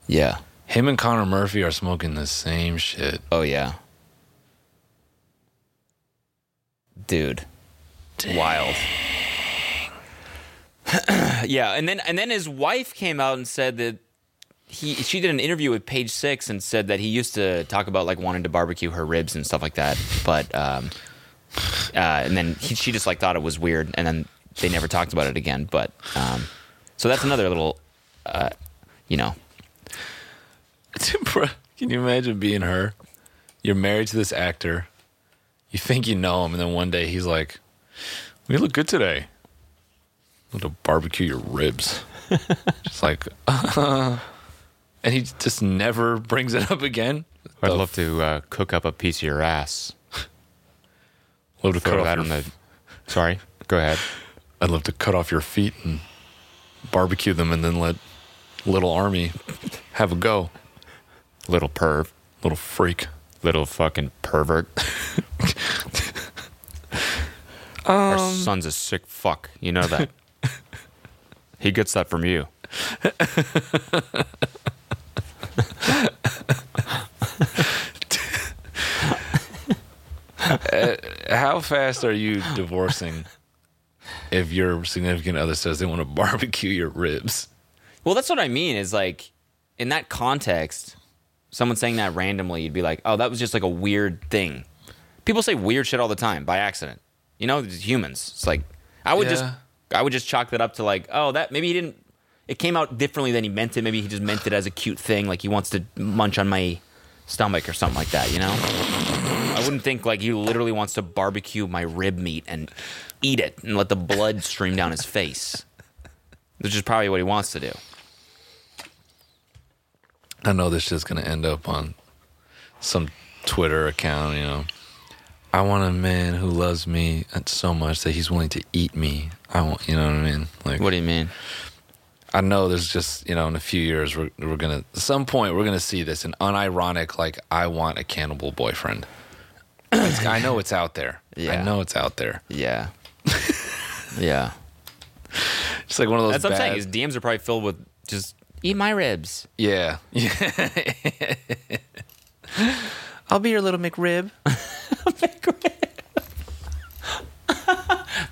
Yeah.
Him and Connor Murphy are smoking the same shit.
Oh yeah. Dude. Wild. yeah, and then and then his wife came out and said that he she did an interview with Page Six and said that he used to talk about like wanting to barbecue her ribs and stuff like that, but um, uh, and then he, she just like thought it was weird, and then they never talked about it again. But um, so that's another little, uh, you know,
Bro, Can you imagine being her? You're married to this actor. You think you know him, and then one day he's like, "We look good today. I'm gonna barbecue your ribs." just like, and he just never brings it up again.
I'd
The
love to uh, cook up a piece of your ass.
Love to
Throw
cut
that
off
on
your
the. Sorry, go ahead.
I'd love to cut off your feet and barbecue them and then let little army have a go.
Little perv,
Little freak.
little fucking pervert. Our son's a sick fuck. You know that. he gets that from you.
How fast are you divorcing if your significant other says they want to barbecue your ribs?
Well, that's what I mean. Is like in that context, someone saying that randomly, you'd be like, "Oh, that was just like a weird thing." People say weird shit all the time by accident. You know, it's humans. It's like I would just,
Yeah.
I would just chalk that up to like, "Oh, that maybe he didn't." It came out differently than he meant it. Maybe he just meant it as a cute thing, like he wants to munch on my stomach or something like that. You know, I wouldn't think like he literally wants to barbecue my rib meat and eat it and let the blood stream down his face, which is probably what he wants to do.
I know this shit's going to end up on some Twitter account, you know. I want a man who loves me so much that he's willing to eat me. I want, you know what I mean? Like,
What do you mean?
I know there's just you know in a few years we're we're gonna at some point we're gonna see this an unironic like I want a cannibal boyfriend. It's- I know it's out there.
Yeah.
I know it's out there.
Yeah. yeah.
It's like one of those.
That's what I'm saying.
bad-
His DMs are probably filled with just eat my ribs.
yeah. I'll be your little McRib.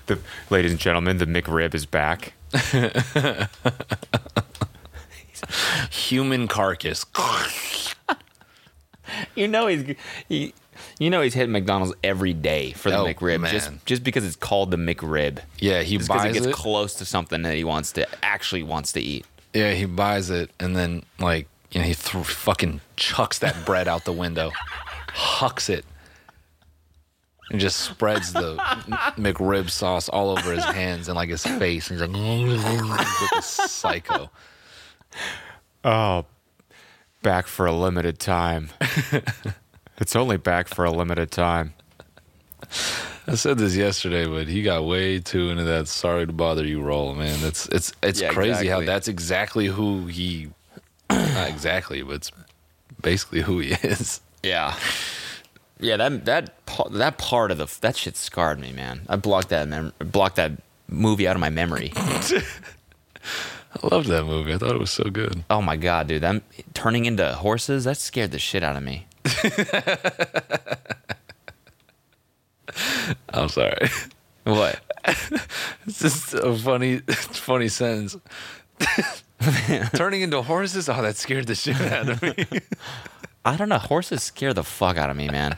The, ladies and gentlemen, the McRib is back.
Human carcass.
You know he's he, you know he's hitting McDonald's every day for the
Oh,
McRib just
man.
just because it's called the McRib.
yeah, he
Just because it
buys
gets
it.
close to something that he wants to actually wants to eat.
yeah, he buys it, and then like and he threw, fucking chucks that bread out the window, hucks it, and just spreads the McRib sauce all over his hands and like his face. And he's like, like a psycho.
Oh, back for a limited time. it's only back for a limited time.
I said this yesterday, but he got way too into that "sorry to bother you" role, man. That's it's it's
Yeah,
crazy how
exactly.
that's exactly who he, not exactly, but it's basically who he is.
Yeah. Yeah, that that pa- that part of the that shit scarred me, man. I blocked that mem- blocked that movie out of my memory.
I loved that movie. I thought it was so good.
Oh my god, dude! That turning into horses that scared the shit out of me.
I'm sorry.
What?
It's just a funny, funny sentence. Turning into horses. Oh, that scared the shit out of me.
I don't know. Horses scare the fuck out of me, man.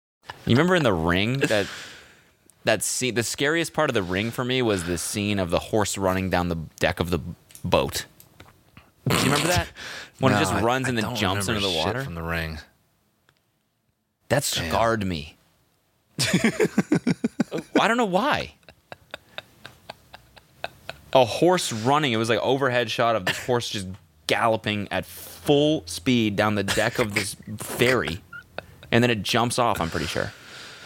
You remember in the ring that that scene? The scariest part of the ring for me was the scene of the horse running down the deck of the boat. Do you remember that? When it
No,
just
I-
runs
I
and then
don't
jumps into
remember
the
shit
water.
from the ring.
That scarred me. I don't know why. A horse running. It was like overhead shot of this horse just galloping at full speed down the deck of this ferry, and then it jumps off. I'm pretty sure,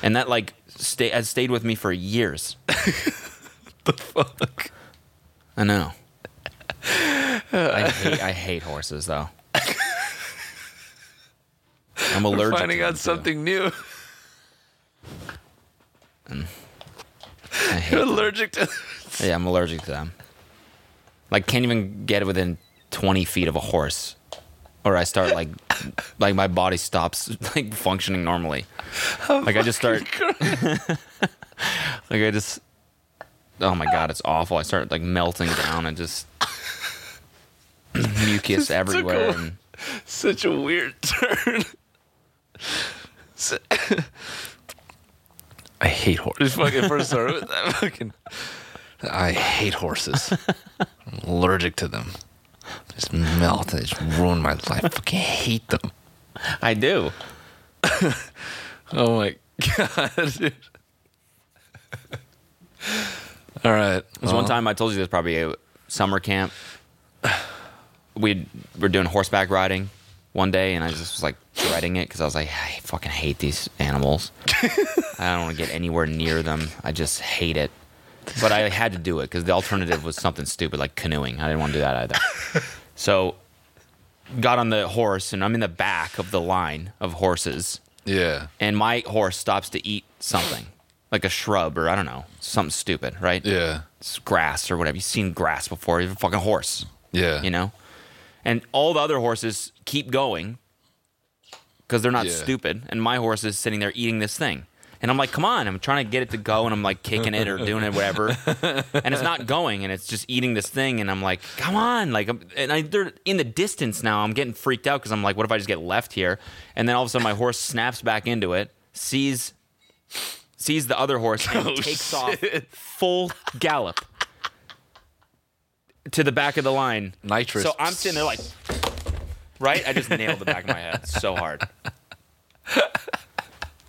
and that like stay has stayed with me for years. the fuck? I know. I hate I hate horses though. I'm allergic. to
Finding
them,
out
too.
something new.
I hate
You're
them.
allergic to.
Yeah, I'm allergic to them. Like, can't even get within 20 feet of a horse, or I start like, like my body stops like functioning normally. Like I just start. like I just. Oh my god, it's awful. I start like melting down and just mucus everywhere.
a-
And,
Such a weird turn. S- I hate horses. Fucking first started with that fucking. I hate horses. I'm allergic to them. Just melt. They just ruin my life. I fucking hate them.
I do.
Oh my god, dude. All right.
There's one time I told you this probably a summer camp. We were doing horseback riding one day, and I just was like dreading it because I was like, I fucking hate these animals. I don't want to get anywhere near them. I just hate it. But I had to do it because the alternative was something stupid like canoeing. I didn't want to do that either. So, got on the horse, and I'm in the back of the line of horses
Yeah.
and my horse stops to eat something, like a shrub or I don't know, something stupid, right?
Yeah.
It's grass or whatever. You've seen grass before. You're a fucking horse,
Yeah.
you know? And all the other horses keep going because they're not
Yeah.
stupid. And my horse is sitting there eating this thing. And I'm like, come on. I'm trying to get it to go and I'm like kicking it or doing it, whatever. and it's not going and it's just eating this thing. And I'm like, come on. Like, I'm, and I, they're in the distance now. I'm getting freaked out because I'm like, what if I just get left here? And then all of a sudden my horse snaps back into it, sees sees the other horse and takes off full gallop to the back of the line.
Nitrous.
So I'm sitting there like, right? I just nailed the back of my head so hard.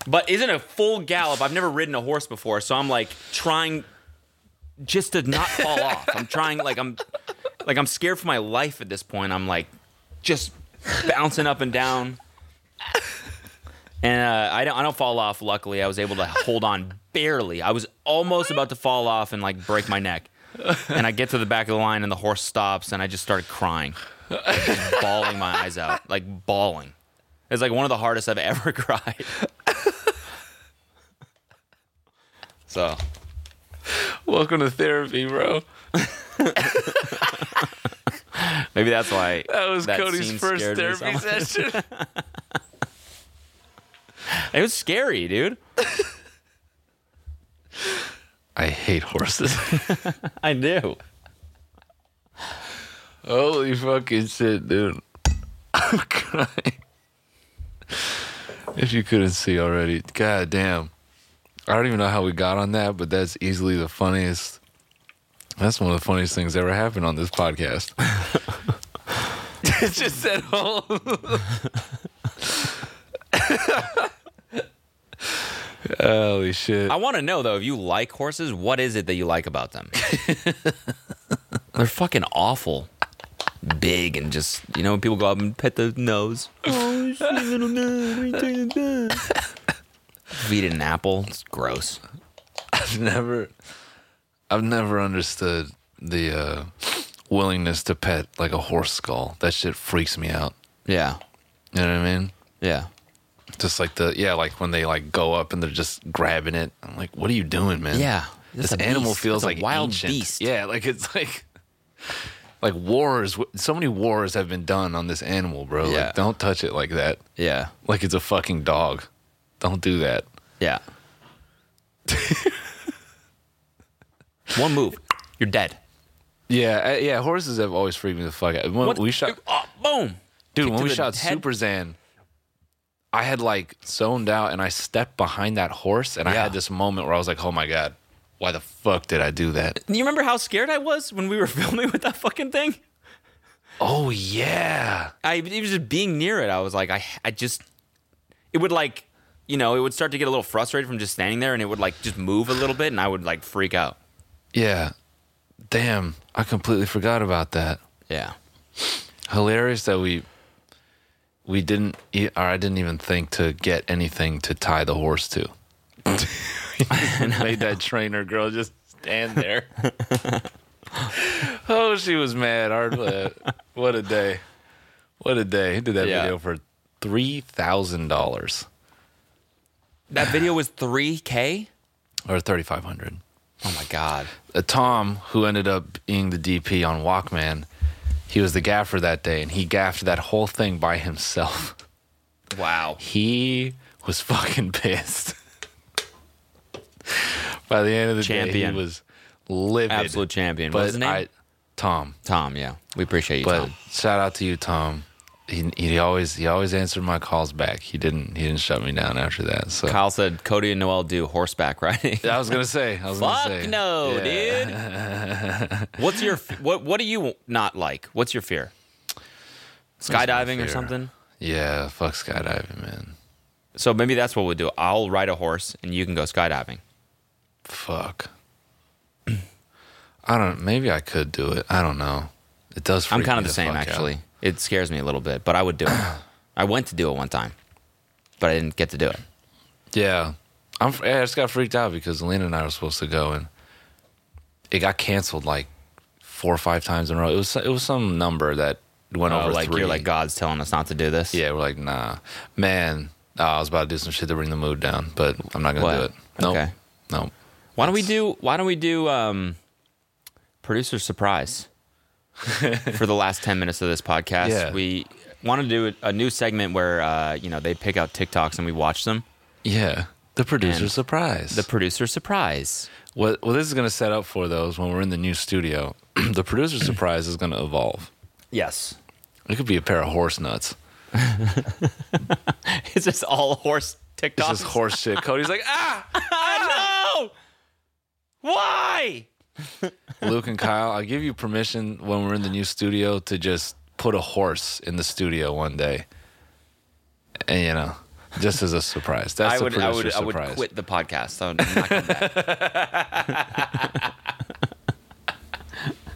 But isn't a full gallop? I've never ridden a horse before, so I'm like trying just to not fall off. I'm trying like I'm like I'm scared for my life at this point. I'm like just bouncing up and down. And uh, I don't, I don't fall off. Luckily, I was able to hold on barely. I was almost about to fall off and like break my neck. And I get to the back of the line, and the horse stops, and I just started crying, like, just bawling my eyes out, like bawling. It's like one of the hardest I've ever cried. so
Welcome to therapy, bro.
maybe that's why
That was Cody's
scene
first
scared me so
therapy
much.
session.
It was scary, dude.
I hate horses.
I knew.
Holy fucking shit, dude. I'm crying. If you couldn't see already, god damn. I don't even know how we got on that, but that's easily the funniest. That's one of the funniest things that ever happened on this podcast. it's just "Oh, at home. Holy shit.
I want to know though, if you like horses, what is it that you like about them? They're fucking awful, big and just you know when people go up and pet the nose. Feed it an apple. It's gross.
I've never I've never understood the uh, willingness to pet like a horse skull. That shit freaks me out.
Yeah,
You know what I mean?
yeah.
Just like the yeah, like when they like go up and they're just grabbing it. I'm like, what are you doing, man?
Yeah,
this
that's a
animal
beast.
feels
That's a
like
wild
ancient.
beast.
Yeah, like it's like like wars. So many wars have been done on this animal, bro.
Yeah.
Like, don't touch it like that.
Yeah,
Like it's a fucking dog. Don't do that.
yeah. One move, you're dead.
Yeah, I- yeah. Horses have always freaked me the fuck out. When
What-
we shot,
Oh, boom.
dude.
Kick
When
to
we
the
shot
head.
Super Zan, I had like zoned out, and I stepped behind that horse, and I
Yeah.
had this moment where I was like, "Oh my god, why the fuck did I do that?"
You remember how scared I was when we were filming with that fucking thing?
Oh yeah,
I even just being near it, I was like, I, I just, it would like, you know, it would start to get a little frustrated from just standing there, and it would like just move a little bit, and I would like freak out.
yeah. Damn, I completely forgot about that.
Yeah,
Hilarious that we we didn't, e- or I didn't even think to get anything to tie the horse to. Made that trainer girl just stand there. oh, she was mad. Hard, but what a day! What a day! He did that
Yeah.
video for three thousand dollars
that video was three k.
or thirty five hundred.
Oh my god.
uh, Tom, who ended up being the DP on Walkman, he was the gaffer that day, and he gaffed that whole thing by himself.
Wow.
He was fucking pissed. by the end of the day,
Champion.
he was livid.
Absolute champion.
But
What's his name?
I, Tom.
Tom. Yeah, we appreciate you,
But
Tom.
shout out to you, Tom. He, he always he always answered my calls back. He didn't he didn't shut me down after that. So
Kyle said Cody and Noel do horseback riding.
I was gonna say I was gonna
Fuck
say
no,
Yeah.
dude. What's your f- what? What do you not like? What's your fear? Skydiving or
fear?
something?
Yeah, fuck skydiving, man.
So maybe that's what we'll do. I'll ride a horse and you can go skydiving.
Fuck. I don't. Maybe I could do it. I don't know. It does. Freak
I'm kind
me
of the same
fuck out.
actually. It scares me a little bit, but I would do it. I went to do it one time, but I didn't get to do it.
Yeah, I'm. yeah, I just got freaked out because Lena and I were supposed to go, and it got canceled like four or five times in a row. It was it was some number that went
Oh,
over
like
three.
you're like God's telling us not to do this.
yeah, we're like nah, man. uh, I was about to do some shit to bring the mood down, but I'm not gonna
What?
do it. Nope.
Okay.
Nope.
Why don't we do? Why don't we do um, producer surprise for the last ten minutes of this podcast?
Yeah.
We want to do a, a new segment where uh, you know they pick out TikToks and we watch them.
Yeah. The producer
And
surprise.
The producer surprise.
What what this is going to set up for though is when we're in the new studio, the producer surprise is going to evolve.
Yes,
It could be a pair of horse nuts.
it's just all horse
It's
TikToks.
just horse shit. Cody's like, ah.
no! Why?
Luke and Kyle, I'll give you permission when we're in the new studio to just put a horse in the studio one day, and you know, just as a surprise. That's
I
the
would, I
producer
would, I
surprise.
would quit the podcast. I would I'm not coming back.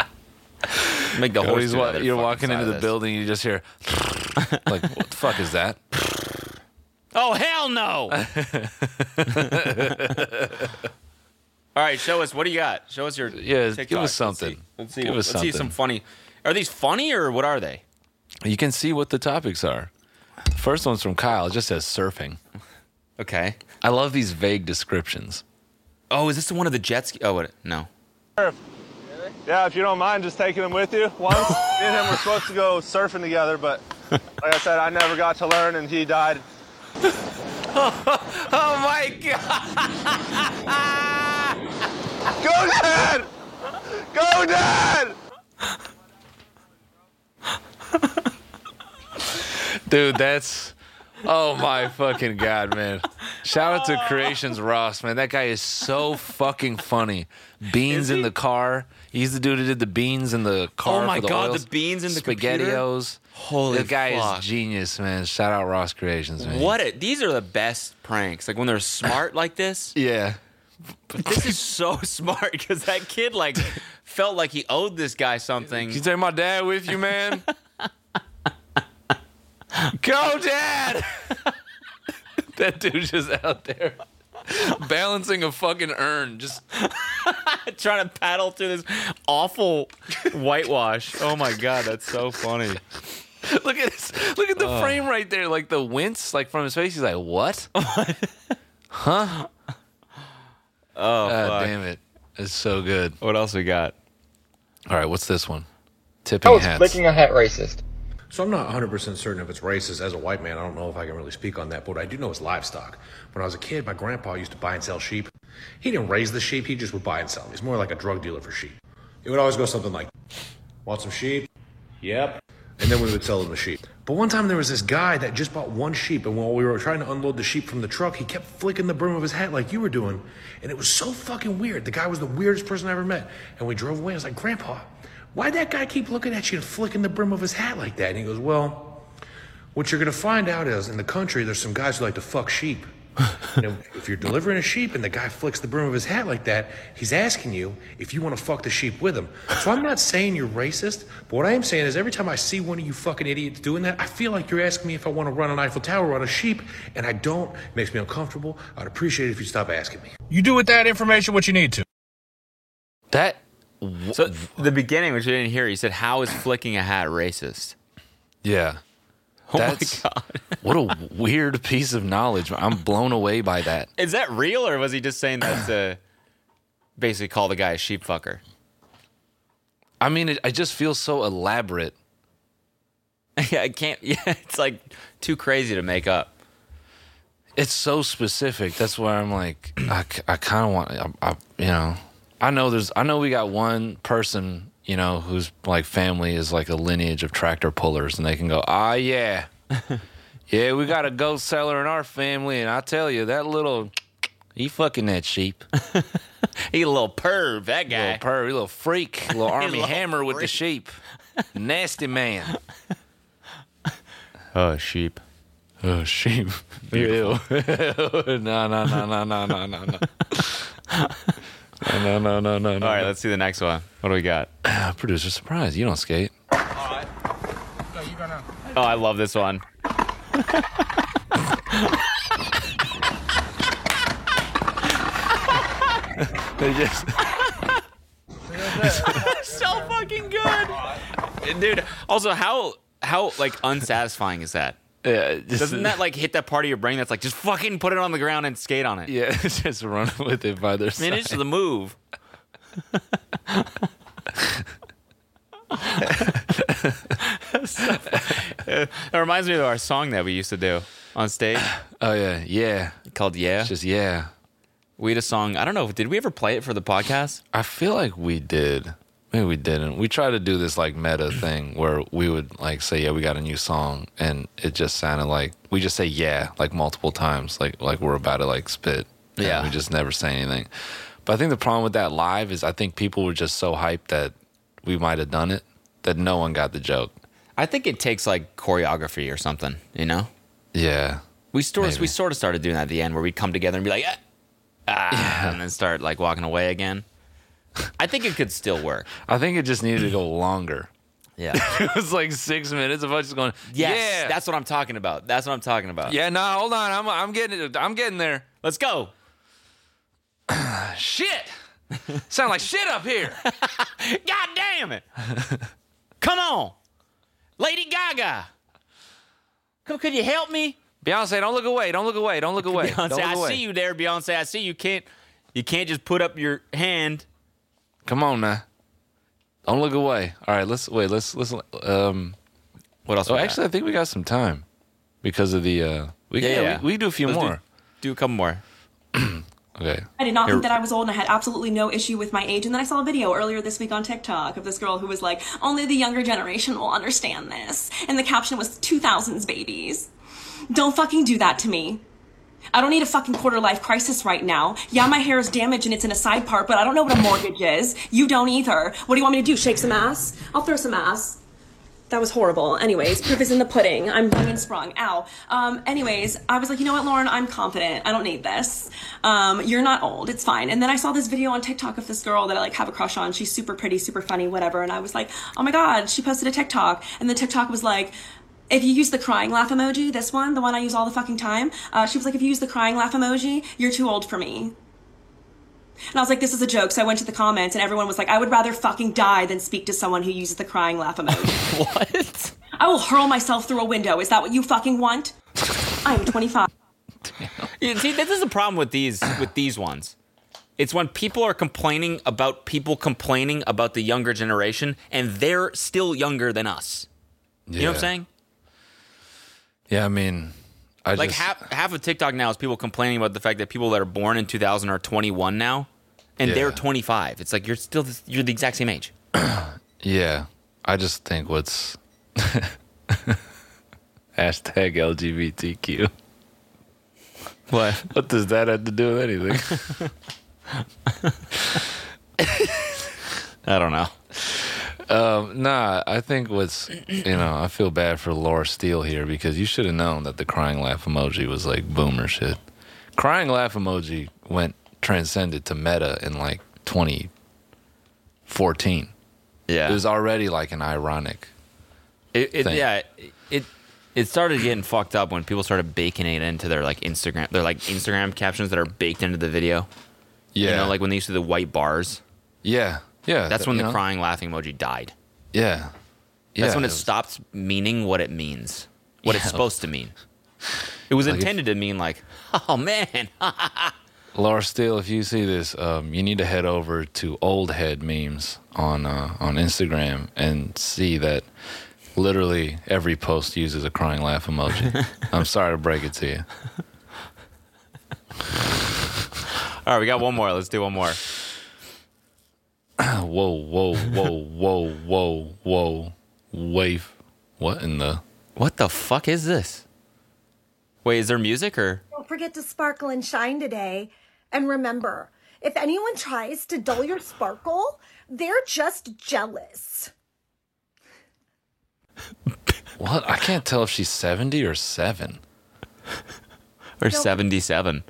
Make the horse.
Cody's
do
wa-
the other
you're
fucking
walking
side
into
of
the
this.
building, you just hear. like, what the fuck is that?
Oh hell no! All right, show us. What do you got? Show us your
Yeah, give
TikTok.
us something.
Let's see.
Give
Let's
us
see, let's see some
something.
funny. Are these funny or what are they?
You can see what the topics are. First one's from Kyle. It just says surfing.
Okay.
I love these vague descriptions.
Oh, is this the one of the jet ski? Oh, what? No.
Yeah, if you don't mind just taking him with you. Once me and him were supposed to go surfing together, but like I said, I never got to learn and he died.
oh my
god! go dad! Go dad!
Dude, that's oh my fucking god, man. Shout out to Creations Ross, man. That guy is so fucking funny. Beans in the car. He's the dude who did the beans in the car.
Oh my
for the
God,
oils.
the beans in the computer?
spaghettios.
Holy
The guy
fuck.
is genius, man. Shout out Ross Creations, man.
What? A, these are the best pranks. Like when they're smart like this.
Yeah.
This is so smart because that kid like felt like he owed this guy something.
You take my dad with you, man. Go, dad. that dude's just out there balancing a fucking urn, just
trying to paddle through this awful whitewash. Oh my god, that's so funny. Oh.
look at this. Look at the frame right there, like the wince, like from his face. He's like, "What? huh?
Oh,
God
fuck.
damn it! It's so good."
What else we got?
All right, what's this one? Tipping hats.
a hat racist? So I'm not 100% certain if it's racist. As a white man, I don't know if I can really speak on that, but what I do know is livestock. When I was a kid, my grandpa used to buy and sell sheep. He didn't raise the sheep, he just would buy and sell them. He's more like a drug dealer for sheep. It would always go something like, Want some sheep? Yep. And then we would sell them the sheep. But one time there was this guy that just bought one sheep, and while we were trying to unload the sheep from the truck, he kept flicking the brim of his hat like you were doing. And it was so fucking weird. The guy was the weirdest person I ever met. And we drove away. I was like, Grandpa, why'd that guy keep looking at you and flicking the brim of his hat like that? And he goes, Well, what you're gonna find out is in the country, there's some guys who like to fuck sheep. You know, if you're delivering a sheep and the guy flicks the brim of his hat like that, he's asking you if you want to fuck the sheep with him. So I'm not saying you're racist, but what I am saying is every time I see one of you fucking idiots doing that, I feel like you're asking me if I want to run an Eiffel Tower on a sheep, and I don't. It makes me uncomfortable. I'd appreciate it if you stop asking me. You do with that information what you need to.
That
So the beginning, which we didn't hear, he said, "How is flicking a hat racist?"
Yeah.
Oh
That's, what a weird piece of knowledge. I'm blown away by that.
Is that real, or was he just saying that to basically call the guy a sheep fucker?
I mean, it, I just feel so elaborate.
yeah, I can't. Yeah, it's like too crazy to make up.
It's so specific. That's where I'm like, I, kind of want, I, I, you know, I know there's, I know we got one person, you know, whose like family is like a lineage of tractor pullers, and they can go, ah, yeah, yeah, we got a goat seller in our family, and I tell you, that little, he fucking that sheep.
he a little perv, that guy.
Little perv, he little freak, little
He
army
little
hammer with the
freak.
sheep, nasty man.
Uh,
Oh, sheep.
Oh, sheep. Ew. no, no, no, no, no, no, no, no. No, no, no, no, no.
All right, let's see the next one. What do we got?
Producer surprise. You don't skate.
Oh, I love this one.
They just.
so fucking good, dude. Also, how how like unsatisfying is that?
Yeah, just-
Doesn't that like hit that part of your brain that's like just fucking put it on the ground and skate on it?
Yeah, just run with it by their side.
Finish the move. that reminds me of our song that we used to do on stage
Oh yeah, yeah.
called "Yeah."
It's just yeah.
We had a song. I don't know. Did we ever play it for the podcast?
I feel like we did. Maybe we didn't. We tried to do this like meta thing where we would like say, "Yeah, we got a new song," and it just sounded like we just say "yeah" like multiple times, like like we're about to like spit. and
Yeah.
we just never say anything. But I think the problem with that live is I think people were just so hyped that we might have done it that no one got the joke.
I think it takes like choreography or something. You know,
Yeah,
we sort
Maybe.
we sort of started doing that at the end where we come together and be like, ah, ah," and then start like walking away again. I think it could still work.
I think it just needed to go longer.
Yeah.
it was like six minutes of us just going,
Yes,
yeah.
that's what I'm talking about. That's what I'm talking about.
yeah, no, hold on. I'm, I'm getting it. I'm getting there.
Let's go.
shit. Sound like shit up here.
God damn it. Come on. Lady Gaga. Come, could you help me?
Beyonce, don't look away. Don't look away. Don't look away.
Beyonce,
don't look
I
away.
see you there, Beyonce. I see you can't you can't just put up your hand.
Come on now. Don't look away. All right, let's wait. Let's let's. Um,
what else?
Oh,
we got?
actually, I think we got some time because of the. Uh, we yeah, We, we can do a few
Let's
more.
Do, do a couple more.
okay.
I did not think that I was old and I had absolutely no issue with my age. And then I saw a video earlier this week on TikTok of this girl who was like, only the younger generation will understand this. And the caption was 2000s babies. Don't fucking do that to me. I don't need a fucking quarter life crisis right now. Yeah, my hair is damaged and it's in a side part, but I don't know what a mortgage is. You don't either. What do you want me to do? Shake some ass? I'll throw some ass. That was horrible. Anyways, proof is in the pudding. I'm young and sprung. Ow. Um, anyways, I was like, you know what, Lauren? I'm confident. I don't need this. Um, you're not old. It's fine. And then I saw this video on TikTok of this girl that I like have a crush on. She's super pretty, super funny, whatever. And I was like, oh my God, she posted a TikTok. And the TikTok was like, if you use the crying laugh emoji, this one, the one I use all the fucking time, uh, she was like, if you use the crying laugh emoji, you're too old for me. And I was like, this is a joke. So I went to the comments and everyone was like, I would rather fucking die than speak to someone who uses the crying laugh emoji. what? I will hurl myself through a window. Is that what you fucking want? I'm 25.
You see, this is the problem with these with these ones. It's when people are complaining about people complaining about the younger generation, and they're still younger than us. You know what I'm
Yeah.
saying?
Yeah, I mean, I
like
just,
half half of TikTok now is people complaining about the fact that people that are born in 2000 are 21 now, and they're
Yeah.
25. It's like you're still the, you're the exact same age.
Yeah, I just think what's hashtag LGBTQ.
What?
What does that have to do with anything?
I don't know.
Um, nah, I think what's you know I feel bad for Laura Steele here because you should have known that the crying laugh emoji was like boomer shit. Crying laugh emoji went transcended to meta in like 2014.
Yeah,
it was already like an ironic.
It, it
thing.
yeah, it it started getting fucked up when people started baking it into their like Instagram, their like Instagram captions that are baked into the video.
Yeah.
you know, like when they used to do the white bars.
Yeah, yeah.
That's
th-
when
you
the
know?
crying laughing emoji died.
Yeah, yeah.
That's when it,
was-
stopped meaning what it means, what it's
Yeah.
supposed to mean. It was
Like if-
intended to mean like, oh man,
Laura Steele, if you see this, um, you need to head over to Old Head Memes on uh, on Instagram and see that literally every post uses a crying laugh emoji. I'm sorry to break it to you.
All right, we got one more. Let's do one more.
Uh, whoa, whoa, whoa, whoa, whoa, whoa, wave. What in the?
What the fuck is this? Wait, is there music or?
Don't forget to sparkle and shine today. And remember, if anyone tries to dull your sparkle, they're just jealous.
What? I can't tell if she's 70 or seven.
Or seventy-seven.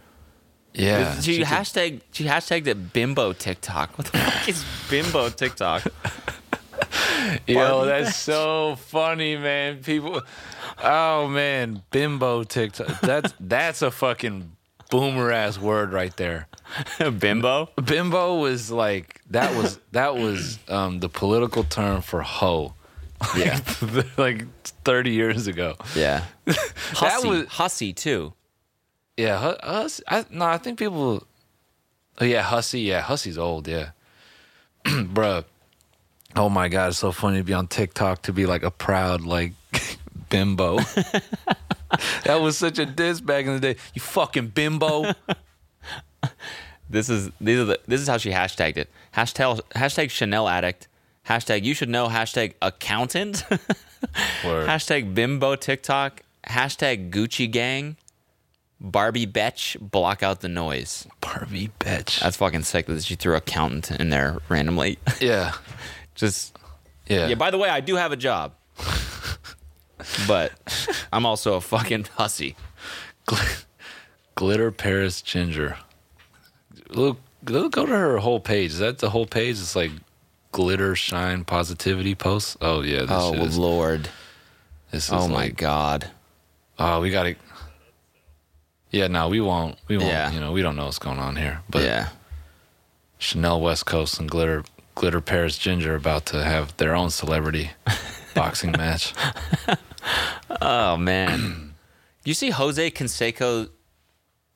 Yeah,
She,
she could-
hashtag she hashtagged it bimbo TikTok. What the fuck is bimbo TikTok?
Yo, that's so funny, man. People, oh man, bimbo TikTok. That's that's a fucking boomer ass word right there.
bimbo.
Bimbo was like that was that was um, the political term for hoe. Yeah, like thirty years ago.
Yeah,
that
hussy,
was
hussy too.
yeah. hu- Huss, I, no, I think people. Oh yeah, hussy. Yeah, hussy's old. Yeah, bruh. Oh my god, it's so funny to be on TikTok to be like a proud like bimbo. that was such a diss back in the day. You fucking bimbo.
This is these are the, this is how she hashtagged it. Hashtag hashtag Chanel addict. Hashtag you should know. Hashtag accountant. hashtag bimbo TikTok. Hashtag Gucci gang. Barbie Betch, block out the noise.
Barbie Betch.
That's fucking sick that she threw accountant in there randomly.
Yeah.
Just
Yeah.
Yeah, by the way, I do have a job. but I'm also a fucking hussy.
Glitter Paris Ginger. Look, go go to her whole page. Is that the whole page? It's like glitter shine positivity posts. Oh yeah. This
Oh,
shit is,
Lord.
This is
Oh, my
god. Oh, we got to. Yeah, no, we won't. We won't. You know, we don't know what's going on here. But yeah. Chanel West Coast and glitter glitter Paris Ginger about to have their own celebrity boxing match.
Oh man, you see Jose Canseco.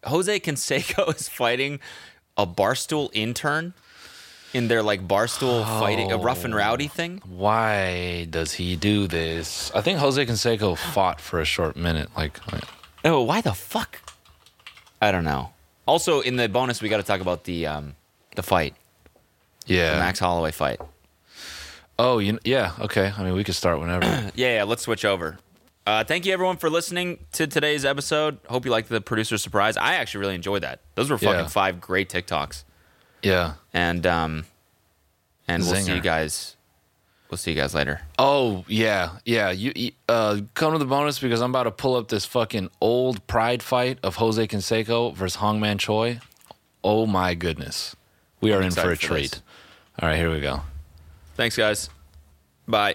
Jose Canseco is fighting a barstool intern in their like barstool fighting a rough and rowdy
Oh.
thing.
Why does he do this? I think Jose Canseco fought for a short minute. Like,
oh, why the fuck? I don't know. Also, in the bonus, we got to talk about the um, the fight.
Yeah,
the Max Holloway fight.
Oh, you, yeah. Okay. I mean, we could start whenever.
Yeah, yeah, let's switch over. Uh, thank you everyone for listening to today's episode. Hope you liked the producer surprise. I actually really enjoyed that. Those were fucking
Yeah.
five great TikToks.
yeah.
And um, and we'll see
Zinger.
you guys. We'll see you guys later.
Oh yeah, yeah. You you, uh, come to the bonus because I'm about to pull up this fucking old pride fight of Jose Canseco versus Hongman Choi. Oh my goodness, we are
I'm
in for a
excited for this.
treat. All right, here we go.
Thanks, guys. Bye.